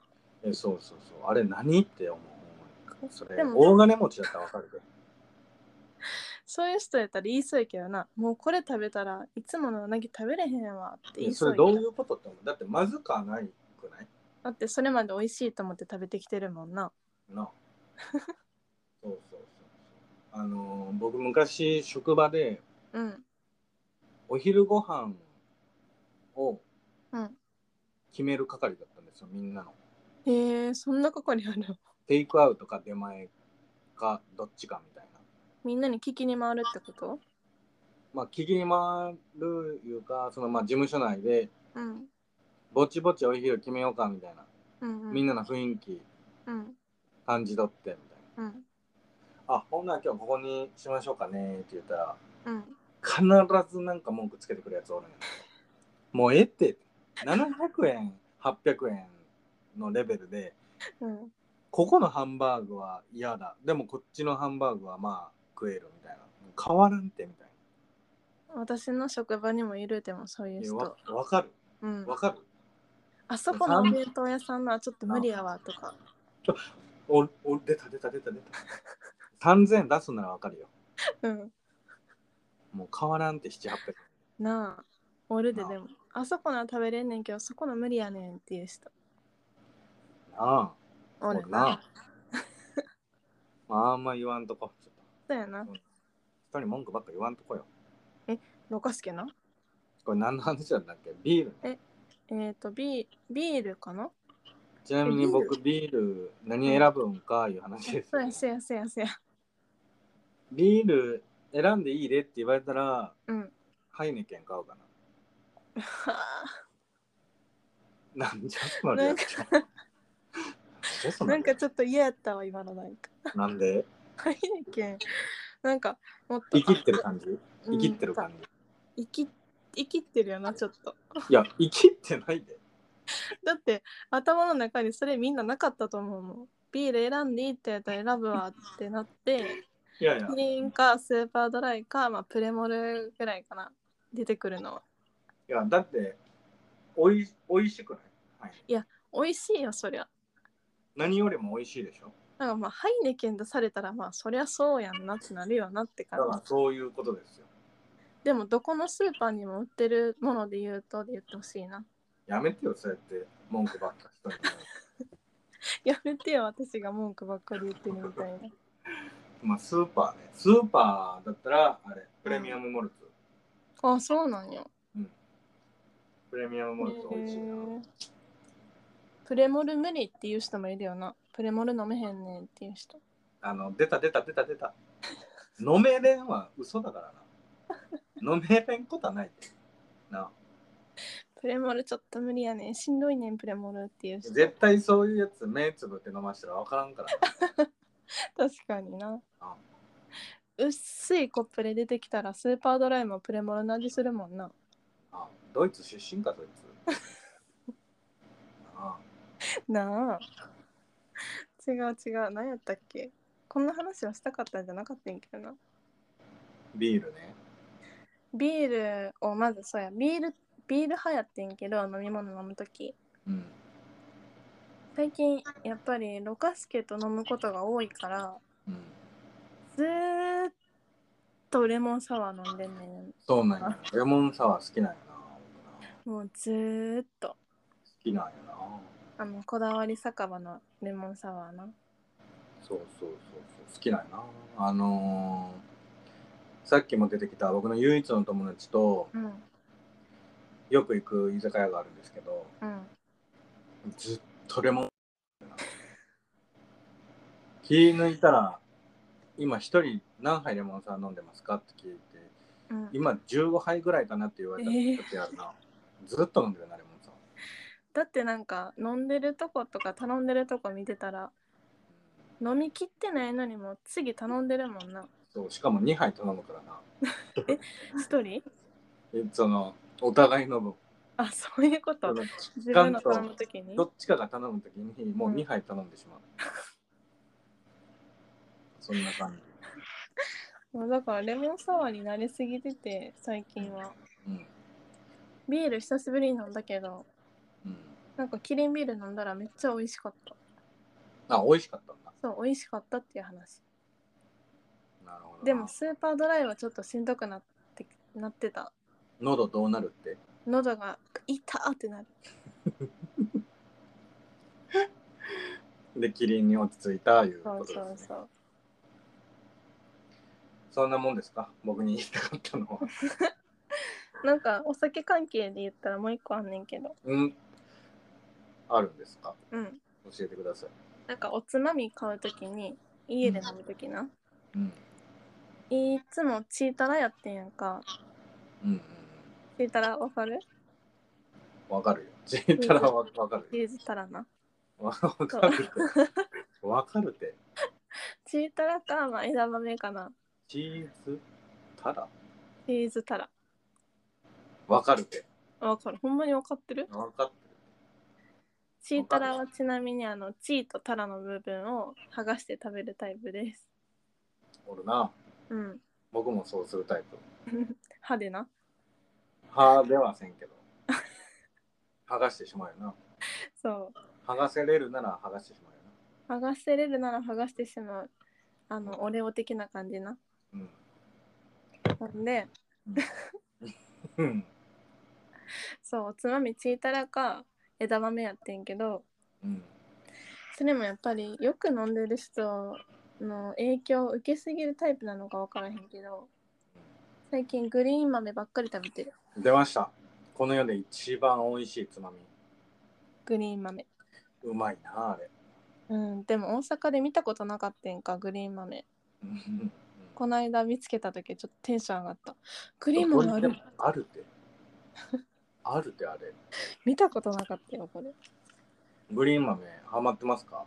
[SPEAKER 1] えそうそうそうあれ何って思うほんまにそれ
[SPEAKER 2] でも
[SPEAKER 1] 大金持ちだったらわかるで
[SPEAKER 2] そういう人やったら言いそうやけどなもうこれ食べたらいつものうなぎ食べれへんわって言
[SPEAKER 1] え
[SPEAKER 2] い
[SPEAKER 1] そ
[SPEAKER 2] そう
[SPEAKER 1] れ
[SPEAKER 2] やけど
[SPEAKER 1] どういうことって思うだってまずかないく ない
[SPEAKER 2] だってそれまで美味しいと思って食べてきてるもんな
[SPEAKER 1] なあそうそうそうそうあのー僕昔職場で
[SPEAKER 2] うん
[SPEAKER 1] お昼ご飯を
[SPEAKER 2] うん
[SPEAKER 1] 決める係だったんですよみんなの
[SPEAKER 2] へえそんな係ある
[SPEAKER 1] テイクアウトか出前かどっちかみたいな
[SPEAKER 2] みんなに聞きに回るってこと
[SPEAKER 1] まあ聞きに回るいうかそのまあ事務所内で
[SPEAKER 2] うん
[SPEAKER 1] ぼちぼちお昼決めようかみたいな
[SPEAKER 2] うんうん
[SPEAKER 1] みんなの雰囲気
[SPEAKER 2] うん
[SPEAKER 1] 感じ取ってみたい
[SPEAKER 2] うん
[SPEAKER 1] な。あ、ほんなら今日ここにしましょうかねって言ったら、
[SPEAKER 2] うん
[SPEAKER 1] 必ずなんか文句つけてくるやつおるんやもうええって700円800円のレベルで
[SPEAKER 2] うん
[SPEAKER 1] ここのハンバーグは嫌だでもこっちのハンバーグはまあ食えるみたいな変わらんってみたい
[SPEAKER 2] 私の職場にもいるでもそういう
[SPEAKER 1] ないや
[SPEAKER 2] 人
[SPEAKER 1] わわかる
[SPEAKER 2] うん
[SPEAKER 1] わかる
[SPEAKER 2] あそこのお弁当屋さんのはちょっと無理やわとか
[SPEAKER 1] おお出た出た出た出た3000円出すならわかるよ
[SPEAKER 2] うん
[SPEAKER 1] もう変わらんって7800円
[SPEAKER 2] なあおるで
[SPEAKER 1] なあ
[SPEAKER 2] でもあそこのは食べれんねんけどそこの無理やねんっていう人
[SPEAKER 1] なあ
[SPEAKER 2] お
[SPEAKER 1] そ
[SPEAKER 2] る
[SPEAKER 1] うなまああんま言わんとこちょっ
[SPEAKER 2] そうやな
[SPEAKER 1] と人に文句ばっか言わんとこよ
[SPEAKER 2] ロカスケな
[SPEAKER 1] これ何の話なんだっけビール
[SPEAKER 2] えっ、とビービールかな
[SPEAKER 1] ちなみに僕ビール何選ぶんかいう話です
[SPEAKER 2] そうやそうやそうやそうや
[SPEAKER 1] ビール選んでいいでって言われたら
[SPEAKER 2] うん
[SPEAKER 1] ハイネケン買うか
[SPEAKER 2] は
[SPEAKER 1] ななんじゃそのリアクションなんじゃそ
[SPEAKER 2] あ
[SPEAKER 1] の
[SPEAKER 2] なん
[SPEAKER 1] リア
[SPEAKER 2] か
[SPEAKER 1] ク
[SPEAKER 2] ちょっと嫌やったわ今のなんか
[SPEAKER 1] ションなんで
[SPEAKER 2] ハイネケンなんかもっと
[SPEAKER 1] 生きってる感じ
[SPEAKER 2] うん
[SPEAKER 1] 生きってる感じ、
[SPEAKER 2] 生き生きってるよなちょっと
[SPEAKER 1] いや生きってないで
[SPEAKER 2] だって頭の中にそれみんななかったと思うもんビール選んでいいってやったら選ぶわってなって
[SPEAKER 1] いやいや
[SPEAKER 2] キリンかスーパードライか、まあ、プレモルぐらいかな出てくるのはい
[SPEAKER 1] やだっておいおいしくない、はい、
[SPEAKER 2] 美味しいよそりゃ
[SPEAKER 1] 何よりもおいしいでしょ
[SPEAKER 2] なんかまあハイネケン出されたらまあそりゃそうやんなってなるよなって
[SPEAKER 1] だ
[SPEAKER 2] 感
[SPEAKER 1] から
[SPEAKER 2] じ
[SPEAKER 1] そういうことですよ
[SPEAKER 2] でもどこのスーパーにも売ってるもので言うとで言ってほしいな
[SPEAKER 1] やめてよそうやって文句ばっか人に
[SPEAKER 2] やめてよ私が文句ばっかり言ってるみたいな
[SPEAKER 1] まあスーパーねスーパーだったらあれプレミアムモルツ、
[SPEAKER 2] あそうなんや
[SPEAKER 1] プレミアムモルツ美味しいな、
[SPEAKER 2] へえプレモル無理っていう人もいるよなプレモル飲めへんねんっていう人
[SPEAKER 1] あの出た出た出た出た飲めれんは嘘だからな飲めれんことはないってなあ
[SPEAKER 2] プレモルちょっと無理やねんしんどいねんプレモルっていう人
[SPEAKER 1] 絶対そういうやつ目つぶって飲ましたら分からんから
[SPEAKER 2] 確かにな
[SPEAKER 1] あ
[SPEAKER 2] 薄いコップで出てきたらスーパードライもプレモルの味するもんな
[SPEAKER 1] あドイツ出身かそいつあ
[SPEAKER 2] なあ違う違う何やったっけこんな話はしたかったんじゃなかったんやけどな
[SPEAKER 1] ビールね
[SPEAKER 2] ビールをまずそうやビールビール流行ってんけど飲み物飲む時
[SPEAKER 1] うん
[SPEAKER 2] 最近やっぱりろ過スケと飲むことが多いから
[SPEAKER 1] うん
[SPEAKER 2] ずーっとレモンサワー飲んでんねん
[SPEAKER 1] そうなんやレモンサワー好きなんやな僕な
[SPEAKER 2] もうずーっと
[SPEAKER 1] 好きなんやな
[SPEAKER 2] あのこだわり酒場のレモンサワーな
[SPEAKER 1] そうそうそうそう好きなんやなあのーさっきも出てきた僕の唯一の友達と
[SPEAKER 2] うん
[SPEAKER 1] よく行く居酒屋があるんですけど
[SPEAKER 2] うん
[SPEAKER 1] ずっとレモン気抜いたら今一人何杯レモンサワー飲んでますかって聞いて
[SPEAKER 2] うん
[SPEAKER 1] 今15杯ぐらいかなって言われた時あるな、ずっと飲んでるなレモンサワ
[SPEAKER 2] だってなんか飲んでるとことか頼んでるとこ見てたら
[SPEAKER 1] ー
[SPEAKER 2] 飲みきってないのにもう次頼んでるもんな
[SPEAKER 1] そうしかも2杯頼むからな
[SPEAKER 2] 一人
[SPEAKER 1] えそのお互いの分
[SPEAKER 2] あそういうこ
[SPEAKER 1] そ
[SPEAKER 2] と
[SPEAKER 1] の
[SPEAKER 2] 自分の頼む時に
[SPEAKER 1] どっちかが頼む時にもう2杯頼んでしまう、そんな感じ、
[SPEAKER 2] もうだからレモンサワーになりすぎてて最近は
[SPEAKER 1] うん
[SPEAKER 2] ビール久しぶりに飲んだけど
[SPEAKER 1] うん、
[SPEAKER 2] なんかキリンビール飲んだらめっちゃ美味しかった
[SPEAKER 1] あ美味しかったんだ
[SPEAKER 2] そう美味しかったっていう話
[SPEAKER 1] なるほどな
[SPEAKER 2] でもスーパードライはちょっとしんどくなってなってた
[SPEAKER 1] 喉どうなるって
[SPEAKER 2] 喉が痛ーってなる
[SPEAKER 1] でキリンに落ち着いたいう
[SPEAKER 2] そ
[SPEAKER 1] こ
[SPEAKER 2] う
[SPEAKER 1] とです、ね、
[SPEAKER 2] そうそう
[SPEAKER 1] そんなもんですか僕に言いたかった のは
[SPEAKER 2] なんかお酒関係で言ったらもう一個あんねんけど
[SPEAKER 1] うんあるんですか
[SPEAKER 2] うん
[SPEAKER 1] 教えてください
[SPEAKER 2] なんかおつまみ買うときに家で飲むときな、
[SPEAKER 1] うん
[SPEAKER 2] いつもチータラやってんやんか
[SPEAKER 1] うんうん
[SPEAKER 2] チータラわかる
[SPEAKER 1] うんわかるよ知ったらわわか
[SPEAKER 2] チ
[SPEAKER 1] るよ
[SPEAKER 2] ーズタラな
[SPEAKER 1] うわかるて。 わかるて。
[SPEAKER 2] チータラか、まあ、枝豆かな。
[SPEAKER 1] チーズたら
[SPEAKER 2] チーズタラ。
[SPEAKER 1] わかるて。
[SPEAKER 2] わかる。ほんまにわかってる
[SPEAKER 1] わかってる。
[SPEAKER 2] チータラはちなみにあのチーとタラの部分を剥がして食べるタイプです。
[SPEAKER 1] おるな。
[SPEAKER 2] うん。
[SPEAKER 1] 僕もそうするタイプ。
[SPEAKER 2] 歯でな。
[SPEAKER 1] 歯ではせんけど。剥がしてしまうよ
[SPEAKER 2] そ
[SPEAKER 1] な。剥がせれるなら剥がしてしまう
[SPEAKER 2] う。剥がせれるなら剥がしてしまう。あの、オレオ的な感じな。
[SPEAKER 1] よな。
[SPEAKER 2] なんで、
[SPEAKER 1] うん。うん。
[SPEAKER 2] そう、おつまみチータラか枝豆やってんけど、
[SPEAKER 1] うん。
[SPEAKER 2] それもやっぱりよく飲んでる人の影響を受けすぎるタイプなのか分からへんけど最近グリーン豆ばっかり食べてる
[SPEAKER 1] 出ました。この世で一番美味しいつまみ。
[SPEAKER 2] グリーン豆
[SPEAKER 1] うまいな、あれ。
[SPEAKER 2] うんでも大阪で見たことなかったんかグリーン豆
[SPEAKER 1] うん
[SPEAKER 2] この間見つけた時ちょっとテンション上がったグリーン豆あ
[SPEAKER 1] どこ
[SPEAKER 2] る
[SPEAKER 1] にでもあるって。あるってあれ。
[SPEAKER 2] 見たことなかったよこれ
[SPEAKER 1] グリーン豆ハマってますか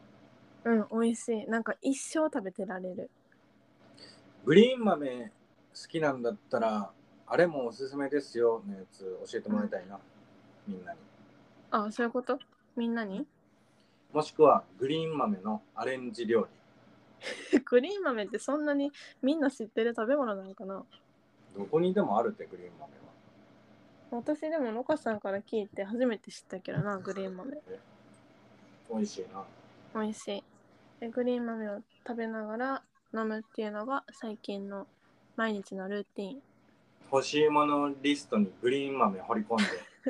[SPEAKER 2] うん美味しいなんか一生食べてられる
[SPEAKER 1] グリーン豆好きなんだったら、あれもおすすめですよのやつ教えてもらいたいな。みんなに。
[SPEAKER 2] あそういうことみんなに
[SPEAKER 1] もしくはグリーン豆のアレンジ料理。
[SPEAKER 2] グリーン豆ってそんなにみんな知ってる食べ物なのかな
[SPEAKER 1] どこにでもあるってグリーン豆は。
[SPEAKER 2] 私でもロカさんから聞いて初めて知ったけどなグリーン豆
[SPEAKER 1] 美味しいな。
[SPEAKER 2] 美味しいでグリーン豆を食べながら飲むっていうのが最近の毎日のルーティン
[SPEAKER 1] 欲しいものリストにグリーン豆掘り込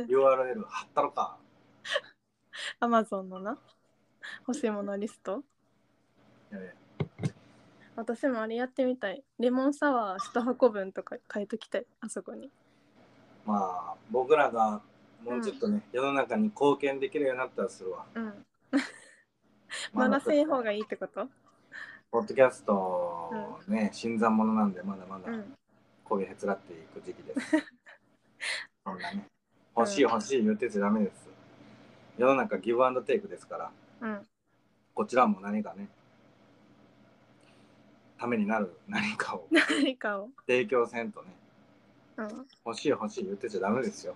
[SPEAKER 1] んで URL 貼ったろか。
[SPEAKER 2] アマゾンのな欲しいものリスト
[SPEAKER 1] ええ
[SPEAKER 2] 私もあれやってみたいレモンサワー1箱分とか書いときたいあそこに
[SPEAKER 1] まあ僕らがもうちょっとね、世の中に貢献できるようになったらするわ。
[SPEAKER 2] うんまだせん方がいいってこと
[SPEAKER 1] ポッドキャストね、新参者なんでまだまだ
[SPEAKER 2] うん
[SPEAKER 1] こびへつらっていく時期 です。そんなね、欲しい欲しい言ってちゃダメです。世の中ギブアンドテイクですから、
[SPEAKER 2] うん
[SPEAKER 1] こちらも何かね、ためになる 何か を
[SPEAKER 2] 何かを、
[SPEAKER 1] 提供せんとね、
[SPEAKER 2] うん、
[SPEAKER 1] 欲しい欲しい言ってちゃダメですよ。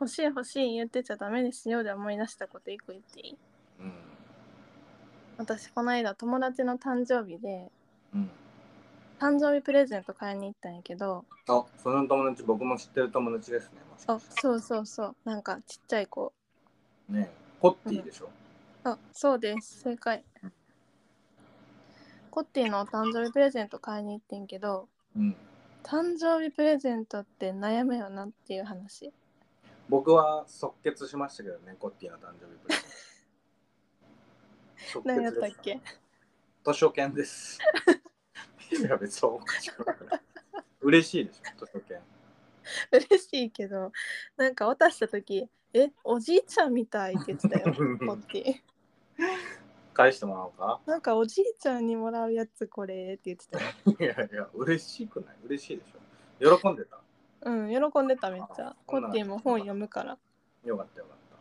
[SPEAKER 2] 欲しい欲しい言ってちゃダメですよで思い出したこと1個言っていい
[SPEAKER 1] うん。
[SPEAKER 2] 私この間友達の誕生日で
[SPEAKER 1] うん。
[SPEAKER 2] 誕生日プレゼント買いに行ったんやけど
[SPEAKER 1] あ、その友達、僕も知ってる友達ですね。もし
[SPEAKER 2] あ
[SPEAKER 1] かして
[SPEAKER 2] そうそうそうなんかちっちゃい子
[SPEAKER 1] ねコッティでしょ。
[SPEAKER 2] あそうです正解コッティのお誕生日プレゼント買いに行ってんけど
[SPEAKER 1] うん。
[SPEAKER 2] 誕生日プレゼントって悩むよなっていう話
[SPEAKER 1] 僕は即決しましたけどね、コッティの誕生日プレゼント即決
[SPEAKER 2] 何
[SPEAKER 1] で
[SPEAKER 2] や
[SPEAKER 1] す
[SPEAKER 2] ったっけ
[SPEAKER 1] 図書券 です。いや、別におかしくない。嬉しいでしょ、図書券。
[SPEAKER 2] 嬉しいけどなんか渡した時「えおじいちゃんみたい」って言ってた よコッティ
[SPEAKER 1] 返してもらおうか。
[SPEAKER 2] なんかおじいちゃんにもらうやつこれって言ってたよ
[SPEAKER 1] いやいや、嬉しくない嬉しいでしょ。喜んでた。
[SPEAKER 2] うん喜んでためっち
[SPEAKER 1] あ
[SPEAKER 2] ゃコ
[SPEAKER 1] そうなんだ
[SPEAKER 2] ッティも本読むから
[SPEAKER 1] よかったよかっ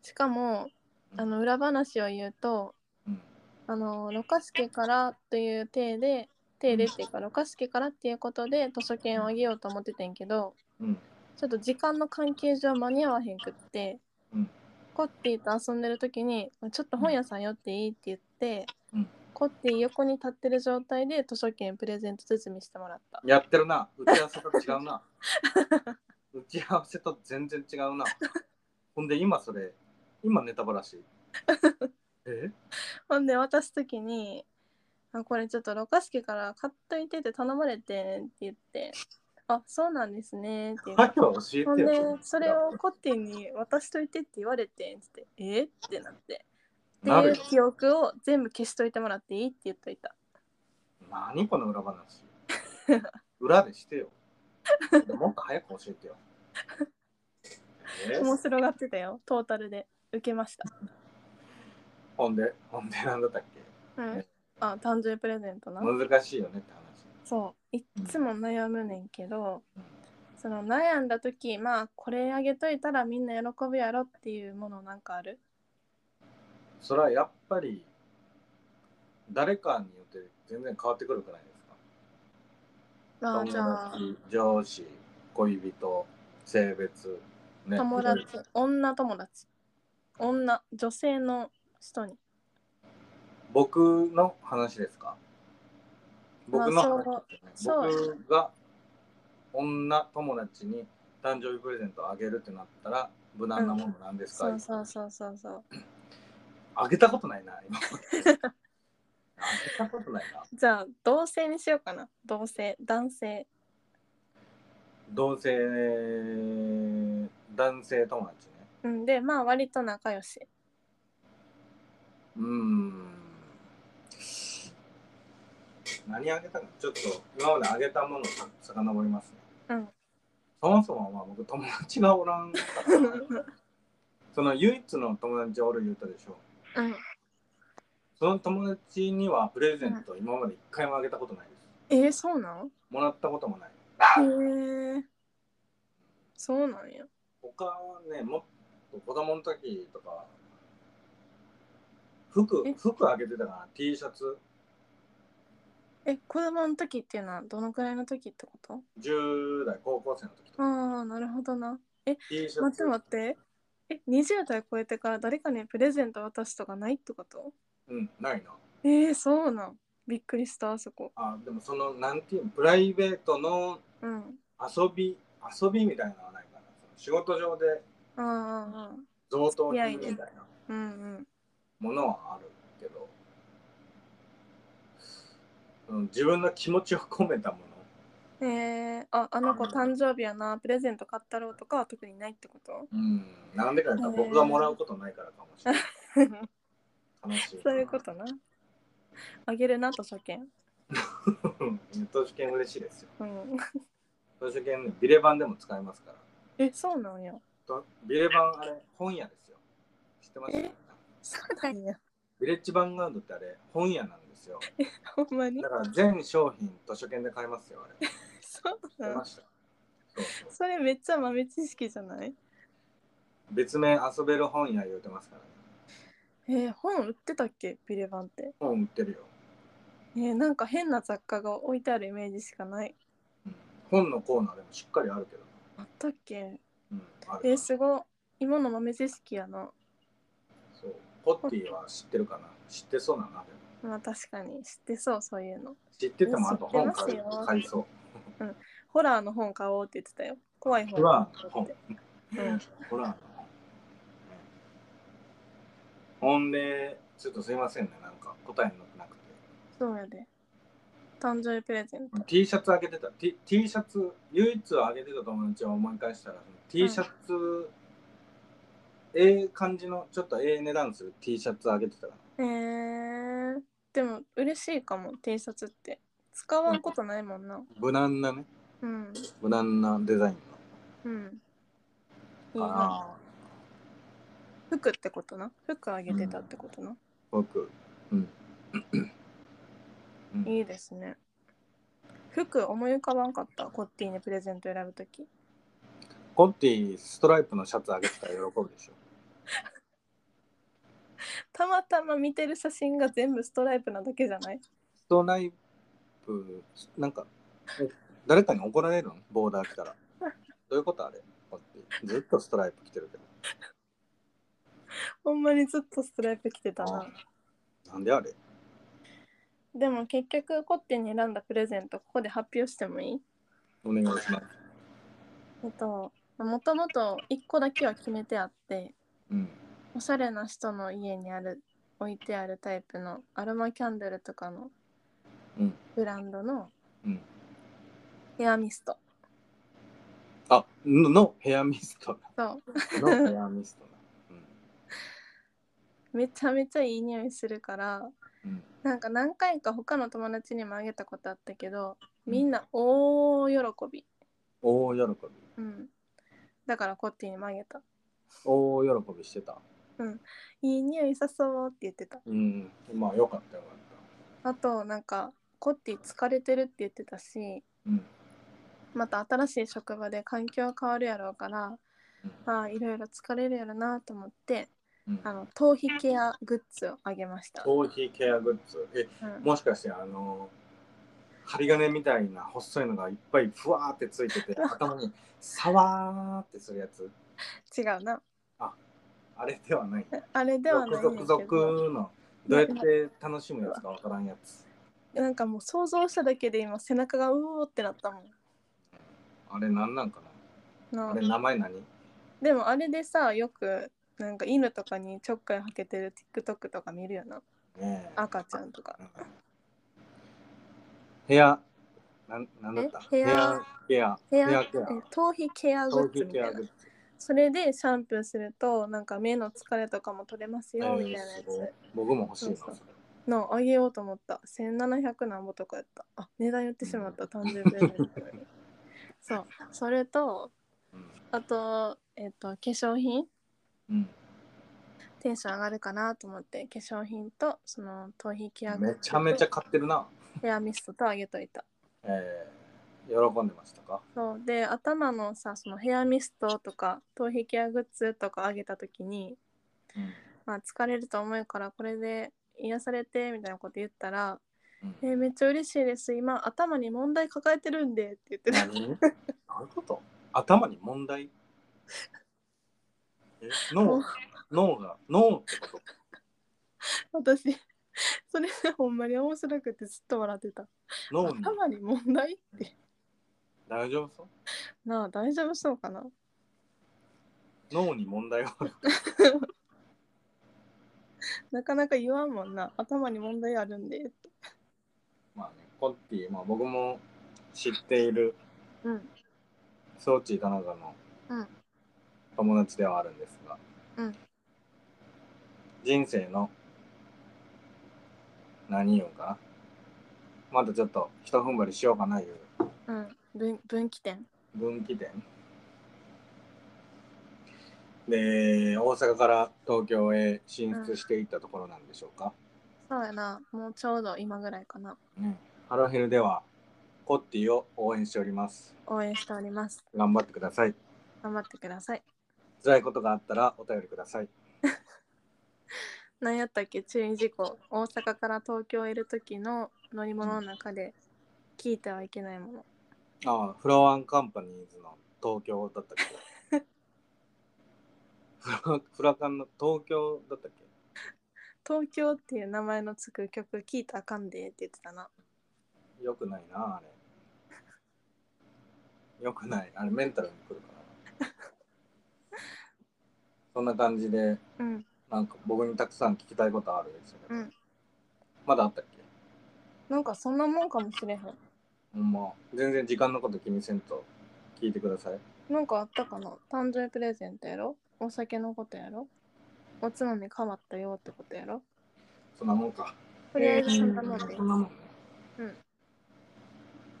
[SPEAKER 2] しかも
[SPEAKER 1] た。
[SPEAKER 2] あの、裏話を言うと
[SPEAKER 1] うん、
[SPEAKER 2] あの、ろかすけからという体で、体でっていうか、ろかすけからっていうことで図書券をあげようと思ってたんやけど、
[SPEAKER 1] うん、
[SPEAKER 2] ちょっと時間の関係上間に合わへんくって、
[SPEAKER 1] うん
[SPEAKER 2] コッティと遊んでる時に、まあちょっと本屋さん寄っていいって言って、
[SPEAKER 1] うん
[SPEAKER 2] コッティ横に立ってる状態で図書券プレゼント包みしてもらった。
[SPEAKER 1] やってるな。打ち合わせと違う な。打ち合わせと全然違うな。ほんで、今それ、今ネタバラ シ。え
[SPEAKER 2] ほんで渡す時に、あこれちょっとろかすけから買っといてって頼まれてんって言って、あ、そうなんですねって言って
[SPEAKER 1] は。今日教
[SPEAKER 2] ほ
[SPEAKER 1] え
[SPEAKER 2] ん
[SPEAKER 1] て
[SPEAKER 2] で
[SPEAKER 1] よ。
[SPEAKER 2] それをコッティに渡しといてって言われてつってえってなってって
[SPEAKER 1] なる
[SPEAKER 2] い
[SPEAKER 1] よ
[SPEAKER 2] う記憶を全部消しといてもらっていいって言っといた
[SPEAKER 1] 何この裏話裏でしてよもっと早く教え てよ、えー
[SPEAKER 2] 面白がってたよトータルで受けました、
[SPEAKER 1] ほんでほんで何だったっけ
[SPEAKER 2] うん
[SPEAKER 1] ね、
[SPEAKER 2] あ誕生日プレゼントな
[SPEAKER 1] 難しいよねって
[SPEAKER 2] そういっつも悩むねんけど
[SPEAKER 1] うん
[SPEAKER 2] その悩んだ時まあこれあげといたらみんな喜ぶやろっていうものなんかある
[SPEAKER 1] それはやっぱり誰かによって全然変わってくるくないですか
[SPEAKER 2] あーじゃあ
[SPEAKER 1] 友達上司恋人性別ね
[SPEAKER 2] 友
[SPEAKER 1] い
[SPEAKER 2] 達
[SPEAKER 1] ろいろ
[SPEAKER 2] 女友達女女性の人に
[SPEAKER 1] 僕の話ですか僕の話ですよ
[SPEAKER 2] まあ
[SPEAKER 1] ね
[SPEAKER 2] そう
[SPEAKER 1] 僕が女友達に誕生日プレゼントをあげるってなったら無難なものなんですか、
[SPEAKER 2] そうそうそうそうそう
[SPEAKER 1] あげたことないな 今あげたことないな
[SPEAKER 2] じゃあ同性にしようかな同性男性
[SPEAKER 1] 同性男性友達ね
[SPEAKER 2] うんでまあ割と仲良し
[SPEAKER 1] うーん何あげたかちょっと今まであげたものをさかのぼりますね、
[SPEAKER 2] うん
[SPEAKER 1] そもそもまあ僕友達がおらんから なその唯一の友達おる言うたでしょ
[SPEAKER 2] うん
[SPEAKER 1] その友達にはプレゼント今まで一回もあげたことないです
[SPEAKER 2] えー、そうなん
[SPEAKER 1] もらったこともない
[SPEAKER 2] へえそうなんや
[SPEAKER 1] 他はねもっと子供の時とか服
[SPEAKER 2] え
[SPEAKER 1] 服あげてたかな T シャツ
[SPEAKER 2] え子供の時っていうのはどのくらいの時ってこと
[SPEAKER 1] 10代高校生の時とか
[SPEAKER 2] ああなるほどな
[SPEAKER 1] T シャ
[SPEAKER 2] 待って
[SPEAKER 1] ツ
[SPEAKER 2] 待ってえ20代超えてから誰かにプレゼント渡すとかないってこと
[SPEAKER 1] うんないな
[SPEAKER 2] えー、そうなんびっくりしたあそこ
[SPEAKER 1] あでもそのなんていうのプライベートの
[SPEAKER 2] うん
[SPEAKER 1] 遊び遊びみたいなのはないかなその仕事上で
[SPEAKER 2] あーあーあー
[SPEAKER 1] 贈答品みたいな
[SPEAKER 2] うんうん
[SPEAKER 1] ものはあるけど、うん、自分の気持ちを込めたもの
[SPEAKER 2] えー、ああの子誕生日やなプレゼント買ったろうとかは特にないってこと
[SPEAKER 1] うんなんでか言ったら僕がもらうことないからかもしれない 悲しい
[SPEAKER 2] そういうことなあげるなと初見
[SPEAKER 1] うん 投資券嬉しいですよ。
[SPEAKER 2] うん
[SPEAKER 1] 投資券ねビレ版でも使えますから。
[SPEAKER 2] えそうなんや
[SPEAKER 1] とビレ版あれ本屋ですよ。知ってます
[SPEAKER 2] えそうなんや
[SPEAKER 1] ビレッジヴァンガードってあれ本屋なんですよ。
[SPEAKER 2] ほんまに
[SPEAKER 1] だから全商品図書券で買えますよあれ。
[SPEAKER 2] そう
[SPEAKER 1] 出
[SPEAKER 2] なん
[SPEAKER 1] ました。そうそう
[SPEAKER 2] それめっちゃ豆知識じゃない
[SPEAKER 1] 別名遊べる本屋言うてますからね。
[SPEAKER 2] えー、本売ってたっけビレバンって
[SPEAKER 1] 本売ってるよ。
[SPEAKER 2] えー、なんか変な雑貨が置いてあるイメージしかない
[SPEAKER 1] うん本のコーナーでもしっかりあるけど。
[SPEAKER 2] あったっけ
[SPEAKER 1] うん、ある
[SPEAKER 2] えー、すごい今の豆知識やな
[SPEAKER 1] そうポッティは知ってるかな知ってそうなな。でも
[SPEAKER 2] まあ確かに知ってそうそういうの
[SPEAKER 1] 知っててもあと本買
[SPEAKER 2] 知って
[SPEAKER 1] う
[SPEAKER 2] ますよ
[SPEAKER 1] 買いそう。
[SPEAKER 2] ホラーの本買おうって言ってたよ怖い本
[SPEAKER 1] ホラーの
[SPEAKER 2] 買お
[SPEAKER 1] 本
[SPEAKER 2] うって。うん
[SPEAKER 1] ホラーの本。ほんで、ちょっとすいませんね、なんか答えになってなくて。
[SPEAKER 2] そうやで。誕生日プレゼント。
[SPEAKER 1] T シャツあげてた、T, T シャツ、唯一あげてた友達を思い返したら、その T シャツ、ええ感じの、ちょっとええ値段する T シャツあげてたら、
[SPEAKER 2] えー、でも嬉しいかも T シャツって。使わんことないもんな。
[SPEAKER 1] 無難なね、
[SPEAKER 2] うん。
[SPEAKER 1] 無難なデザイン
[SPEAKER 2] うん。いい
[SPEAKER 1] のか
[SPEAKER 2] な。
[SPEAKER 1] な。
[SPEAKER 2] 服ってことな。服あげてたってことな。
[SPEAKER 1] 僕、 うん。うん
[SPEAKER 2] いいですね。服思い浮かばんかった。コッティにプレゼント選ぶとき。
[SPEAKER 1] コッティ、ストライプのシャツあげてたら喜ぶでしょ。
[SPEAKER 2] たまたま見てる写真が全部ストライプなだけじゃない
[SPEAKER 1] ストライプ、なんか、え誰かに怒られるのボーダー来たら。どういうことあれこうやってずっとストライプ着てるけど。
[SPEAKER 2] ほんまにずっとストライプ着てたな。
[SPEAKER 1] なんであれ
[SPEAKER 2] でも結局コッティに選んだプレゼントここで発表してもいい
[SPEAKER 1] お願いします。
[SPEAKER 2] えっともともと1個だけは決めてあって
[SPEAKER 1] うん。
[SPEAKER 2] おしゃれな人の家にある置いてあるタイプのアロマキャンドルとかの
[SPEAKER 1] うん
[SPEAKER 2] ブランドの
[SPEAKER 1] うん
[SPEAKER 2] ヘアミスト、
[SPEAKER 1] あ、ののヘアミスト
[SPEAKER 2] そ
[SPEAKER 1] だ。のヘアミストだ。
[SPEAKER 2] うめちゃめちゃいい匂いするから
[SPEAKER 1] うん。うん。
[SPEAKER 2] なんか何回か他の友達にもあげたことあったけど
[SPEAKER 1] うん
[SPEAKER 2] みんな大喜び、
[SPEAKER 1] 大喜び。
[SPEAKER 2] うん、だからコッティにもあげた
[SPEAKER 1] 大喜びしてた。
[SPEAKER 2] いい匂いさそうって言ってた
[SPEAKER 1] うん。まあよかったよかっ。
[SPEAKER 2] あとなんかコッティ疲れてるって言ってたした
[SPEAKER 1] うん。
[SPEAKER 2] また新しい職場で環境変わるやろうから、
[SPEAKER 1] うん
[SPEAKER 2] ああいろいろ疲れるやろなと思って
[SPEAKER 1] うん
[SPEAKER 2] あの頭皮ケアグッズをあげました。
[SPEAKER 1] 頭皮ケアグッズ。え、
[SPEAKER 2] うん
[SPEAKER 1] もしかして、あの、針金みたいな細いのがいっぱいふわーってついて て、頭にさわーってするやつ。
[SPEAKER 2] 違うな。
[SPEAKER 1] あれではない。
[SPEAKER 2] あれではないねん
[SPEAKER 1] 続
[SPEAKER 2] だけど、
[SPEAKER 1] 々の、どうやって楽しむやつかわからんやつ。
[SPEAKER 2] なんかもう想像しただけで今背中がうおーってなったも
[SPEAKER 1] あれなんなんか
[SPEAKER 2] ん。な
[SPEAKER 1] な
[SPEAKER 2] あ
[SPEAKER 1] あれ名前何
[SPEAKER 2] でもあれでさ、よくなんか犬とかにちょっかいはけてる TikTok とか見るよな。
[SPEAKER 1] ねえ
[SPEAKER 2] 赤ちゃんとか。
[SPEAKER 1] ヘア、なんなんだった
[SPEAKER 2] えヘア
[SPEAKER 1] ヘア
[SPEAKER 2] ヘ
[SPEAKER 1] ヘ
[SPEAKER 2] ア
[SPEAKER 1] アケ
[SPEAKER 2] え
[SPEAKER 1] ア。
[SPEAKER 2] 頭皮ケアグ
[SPEAKER 1] 頭
[SPEAKER 2] ッズ
[SPEAKER 1] 皮
[SPEAKER 2] み
[SPEAKER 1] ケ
[SPEAKER 2] た
[SPEAKER 1] ア
[SPEAKER 2] い
[SPEAKER 1] グ
[SPEAKER 2] な
[SPEAKER 1] ッ。ズ。
[SPEAKER 2] それでシャンプーするとなんか目の疲れとかも取れます
[SPEAKER 1] え
[SPEAKER 2] よみた
[SPEAKER 1] ー
[SPEAKER 2] いなや
[SPEAKER 1] すごい
[SPEAKER 2] つ
[SPEAKER 1] 僕も欲しいな。
[SPEAKER 2] そ
[SPEAKER 1] そ
[SPEAKER 2] うそ
[SPEAKER 1] れ
[SPEAKER 2] うのあげようと思った1700なんぼとかやったあ値段言ってしまった誕生日プレゼントにそうそれと
[SPEAKER 1] うん
[SPEAKER 2] あとえっ、と化粧品
[SPEAKER 1] うん
[SPEAKER 2] テンション上がるかなと思って化粧品とその頭皮ケアグッ
[SPEAKER 1] め
[SPEAKER 2] ズと
[SPEAKER 1] ちゃめちゃ買ってるな。
[SPEAKER 2] ヘアミストとあげといた
[SPEAKER 1] えー、喜んでましたか
[SPEAKER 2] そうで頭のさそのヘアミストとか頭皮ケアグッズとかあげた時に
[SPEAKER 1] うん
[SPEAKER 2] まあ、疲れると思うからこれで癒されてみたいなこと言ったら「
[SPEAKER 1] う
[SPEAKER 2] え
[SPEAKER 1] ん
[SPEAKER 2] ーめっちゃ嬉しいです今頭に問題抱えてるんで」って言ってた
[SPEAKER 1] 何どういうこと頭に問題え脳脳が脳ってこと
[SPEAKER 2] 私それがほんまに面白くてずっと笑ってた
[SPEAKER 1] 脳に
[SPEAKER 2] 頭に問題って
[SPEAKER 1] 大丈夫そう
[SPEAKER 2] なあ大丈夫そうかな
[SPEAKER 1] 脳に問題がある。
[SPEAKER 2] なかなか言わんもんな頭に問題あるんでって
[SPEAKER 1] まあね、コッティ、まあ僕も知っている
[SPEAKER 2] うん
[SPEAKER 1] 装置田中の
[SPEAKER 2] うん
[SPEAKER 1] 友達ではあるんですが、
[SPEAKER 2] うん
[SPEAKER 1] 人生の何言うんかなまだちょっと一踏ん張りしようかないう
[SPEAKER 2] うん分分岐点
[SPEAKER 1] 分岐点で大阪から東京へ進出していったところなんでしょうか、
[SPEAKER 2] そうやなもうちょうど今ぐらいかな
[SPEAKER 1] ねハロヘルではコッティを応援しております
[SPEAKER 2] 応援しております
[SPEAKER 1] 頑張ってください
[SPEAKER 2] 頑張ってください
[SPEAKER 1] 辛いことがあったらお便りください
[SPEAKER 2] 何やったっけ注意事項大阪から東京へいる時の乗り物の中で聞いてはいけないもの
[SPEAKER 1] ああ、フラワーカンパニーズの東京だったっけ フラフラカンの東京だったっけ
[SPEAKER 2] 東京っていう名前のつく曲聞いたらあかんでって言ってたな
[SPEAKER 1] よくないな、あれ。よくない。あれ、メンタルにくるからな。そんな感じで、
[SPEAKER 2] うん
[SPEAKER 1] なんか僕にたくさん聞きたいことあるんですけど、
[SPEAKER 2] うん
[SPEAKER 1] まだあったっけ
[SPEAKER 2] なんかそんなもんかもしれへん
[SPEAKER 1] ほんま、全然時間のこと気にせんと聞いてください。
[SPEAKER 2] なんかあったかな誕生日プレゼントやろお酒のことやろおつまみ変わったよってことやろ
[SPEAKER 1] そんなもんか。
[SPEAKER 2] とりあえずそんなもんで
[SPEAKER 1] そんなもんね
[SPEAKER 2] うん。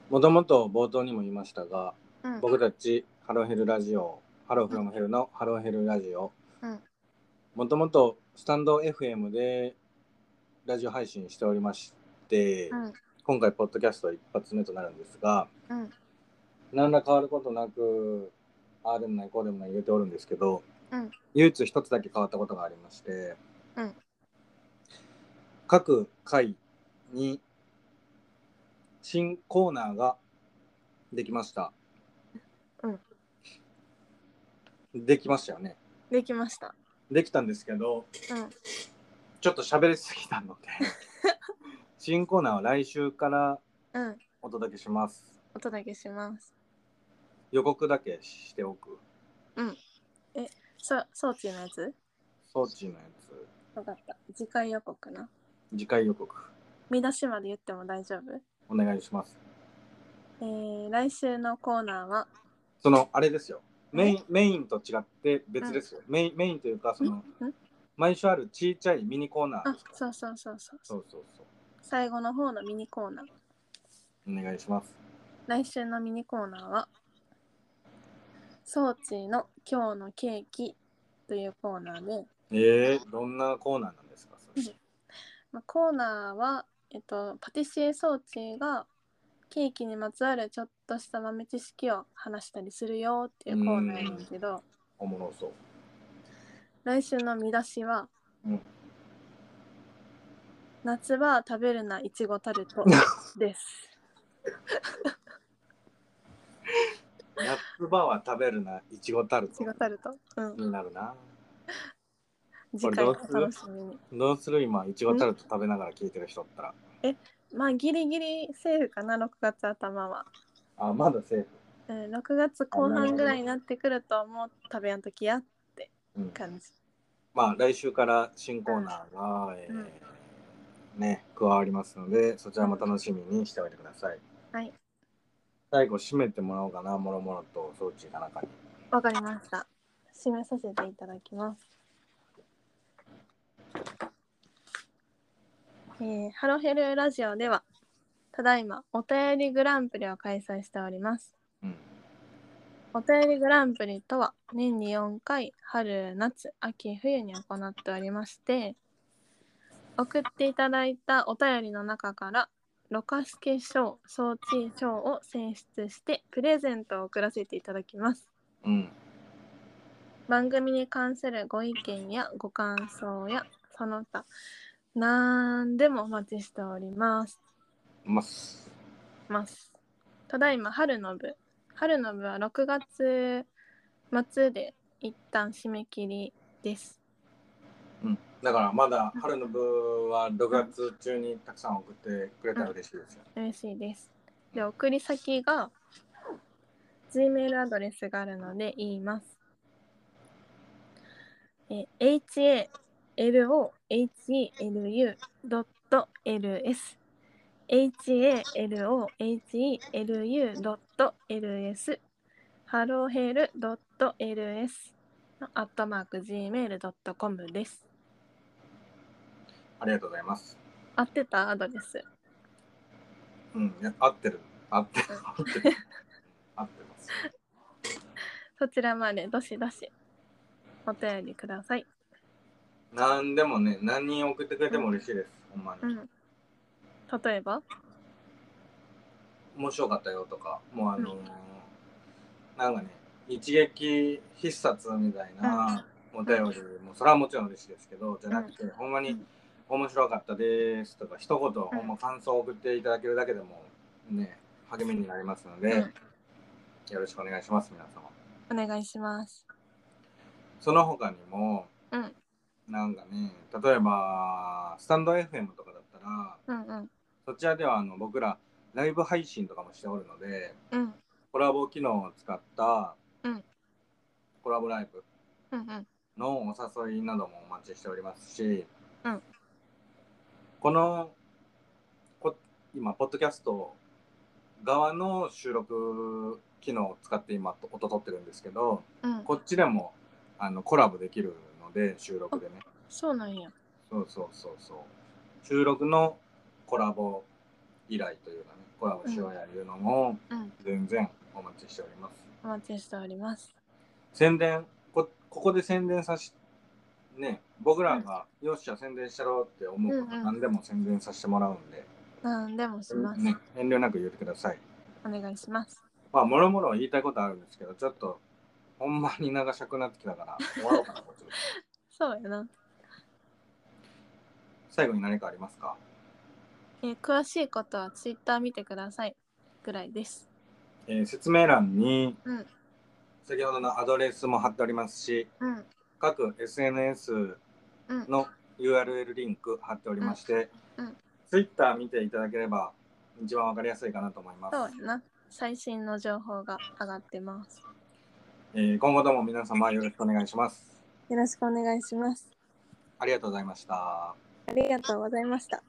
[SPEAKER 1] もともと冒頭にも言いましたが、
[SPEAKER 2] うん
[SPEAKER 1] 僕たちハローヘルラジオハローフロムヘルのハローヘルラジオ
[SPEAKER 2] うん
[SPEAKER 1] もともとスタンド FM でラジオ配信しておりまして、
[SPEAKER 2] うん
[SPEAKER 1] 今回ポッドキャスト一発目となるんですが
[SPEAKER 2] うん
[SPEAKER 1] 何ら変わることなくああでもないこうでもない言うておるんですけど、
[SPEAKER 2] うん
[SPEAKER 1] 唯一一つだけ変わったことがありまして、
[SPEAKER 2] うん
[SPEAKER 1] 各回に新コーナーができました。
[SPEAKER 2] うん
[SPEAKER 1] できましたよね。
[SPEAKER 2] できました
[SPEAKER 1] できたんですけど、
[SPEAKER 2] うん
[SPEAKER 1] ちょっと喋りすぎたの で新コーナーは来週から
[SPEAKER 2] うん
[SPEAKER 1] お届けします。
[SPEAKER 2] お届けします
[SPEAKER 1] 予告だけしておく。
[SPEAKER 2] そ装置のやつ
[SPEAKER 1] 装置のやつ、
[SPEAKER 2] 分かった次回予告な
[SPEAKER 1] 次回予告
[SPEAKER 2] 見出しまで言っても大丈夫
[SPEAKER 1] お願いします。
[SPEAKER 2] えー、来週のコーナーは
[SPEAKER 1] そのあれですよ。メイ
[SPEAKER 2] え
[SPEAKER 1] ンメインと違って別ですよ。メインメインというかその
[SPEAKER 2] んん
[SPEAKER 1] 毎週あるちっちゃいミニコーナー
[SPEAKER 2] あ
[SPEAKER 1] ですから
[SPEAKER 2] そうそうそうそう
[SPEAKER 1] そうそうそう。
[SPEAKER 2] 最後の方のミニコーナー
[SPEAKER 1] お願いします。
[SPEAKER 2] 来週のミニコーナーは「装置の今日のケーキ」というコーナーで、
[SPEAKER 1] ええどんなコーナーなんですかそれ
[SPEAKER 2] まあ、コーナーは、えっと、パティシエ装置がケーキにまつわるちょっとした豆知識を話したりするよっていうコーナーなんだけど
[SPEAKER 1] おもろそう。
[SPEAKER 2] 来週の見出しは、
[SPEAKER 1] うん
[SPEAKER 2] 夏は食べるないちごタルトです。
[SPEAKER 1] 夏場は食べるな、いちごタル
[SPEAKER 2] いち
[SPEAKER 1] ト
[SPEAKER 2] ごタルト。うん。
[SPEAKER 1] になるな。
[SPEAKER 2] 次回お楽しみに。
[SPEAKER 1] どうする今、いちごタルト食べながら聞いてる人おったら。
[SPEAKER 2] まあギリギリセーフかな6月頭は。
[SPEAKER 1] あ、まだセーフ。
[SPEAKER 2] うん、6月後半ぐらいになってくるともう食べやんときやって
[SPEAKER 1] うん、
[SPEAKER 2] 感じ。
[SPEAKER 1] まあ、来週から新コーナーが、えーね、加わりますので、そちらも楽しみにしておいてください。
[SPEAKER 2] はい。
[SPEAKER 1] 最後、締めてもらおうかな、もろもろと装置の中に。
[SPEAKER 2] わかりました。締めさせていただきます。えーハロヘルラジオでは、ただいまお便りグランプリを開催しております。
[SPEAKER 1] うん。
[SPEAKER 2] お便りグランプリとは、年に4回、春、夏、秋、冬に行っておりまして、送っていただいたお便りの中から、ろかすけ賞、装置賞を選出して、プレゼントを送らせていただきます。
[SPEAKER 1] うん。
[SPEAKER 2] 番組に関するご意見やご感想やその他何でもお待ちしております。
[SPEAKER 1] ます。
[SPEAKER 2] ますただいま春の部春の部は6月末で一旦締め切りです。
[SPEAKER 1] うん。だから、まだ春の部は6月中にたくさん送ってくれたら嬉しいですよ。
[SPEAKER 2] 嬉しいです。で送り先が G メールアドレスがあるので言います。え halohelu.ls halohelu.ls ハローヘル .ls のアットマーク gmail.com です。
[SPEAKER 1] ありがとうございます。
[SPEAKER 2] 合ってたアドレス。
[SPEAKER 1] うん。いや合ってる。合ってる。合ってる。合ってます。
[SPEAKER 2] そちらまでどしどしお便りください。
[SPEAKER 1] 何でもね、何人送ってくれても嬉しいです。ほんまに。
[SPEAKER 2] うん。例えば、
[SPEAKER 1] 面白かったよとかもうあのーなんかね一撃必殺みたいなお便りもそれはもちろん嬉しいですけどじゃなくてほんま
[SPEAKER 2] う
[SPEAKER 1] に
[SPEAKER 2] ん
[SPEAKER 1] 面白かったですとか一言ほんま感想を送っていただけるだけでもね励みになりますので
[SPEAKER 2] うん
[SPEAKER 1] よろしくお願いします皆様
[SPEAKER 2] お願いします。
[SPEAKER 1] その他にも
[SPEAKER 2] うん
[SPEAKER 1] なんかね例えばスタンド FM とかだったら
[SPEAKER 2] うんうん
[SPEAKER 1] そちらではあの僕らライブ配信とかもしておるので
[SPEAKER 2] うん
[SPEAKER 1] コラボ機能を使った
[SPEAKER 2] うん
[SPEAKER 1] コラボライブ
[SPEAKER 2] うんうん
[SPEAKER 1] のお誘いなどもお待ちしておりますし、
[SPEAKER 2] うん
[SPEAKER 1] このこ今、ポッドキャスト側の収録機能を使って今、音取ってるんですけど、
[SPEAKER 2] うん。
[SPEAKER 1] こっちでもあのコラボできるので、収録でね。
[SPEAKER 2] そうなんや。
[SPEAKER 1] そうそうそうそう。収録のコラボ依頼というかね、コラボしようやいうのも
[SPEAKER 2] うん。
[SPEAKER 1] 全然お待ちしております。
[SPEAKER 2] お待ちしております。
[SPEAKER 1] 宣伝こここで宣伝さしね僕らが、よっしゃ宣伝したろうって思うこと、
[SPEAKER 2] うんうん
[SPEAKER 1] 何でも宣伝させてもらうんで、
[SPEAKER 2] なんでもします。
[SPEAKER 1] ね、遠慮なく言ってください
[SPEAKER 2] お願いします。
[SPEAKER 1] まあもろもろ言いたいことあるんですけどちょっとほんまに長尺になってきた から終わろうかなこっちで
[SPEAKER 2] そうやな。
[SPEAKER 1] 最後に何かありますか
[SPEAKER 2] えー詳しいことはツイッター見てください。ぐらいです。
[SPEAKER 1] えー説明欄に、
[SPEAKER 2] うん
[SPEAKER 1] 先ほどのアドレスも貼っておりますし
[SPEAKER 2] うん
[SPEAKER 1] 各 SNS
[SPEAKER 2] うん
[SPEAKER 1] の URL リンク貼っておりまして、
[SPEAKER 2] うんうん
[SPEAKER 1] Twitter 見ていただければ一番わかりやすいかなと思います
[SPEAKER 2] そうや、な。最新の情報が上がってます。
[SPEAKER 1] えー今後とも皆様よろしくお願いします
[SPEAKER 2] よろしくお願いします。
[SPEAKER 1] ありがとうございました
[SPEAKER 2] ありがとうございました。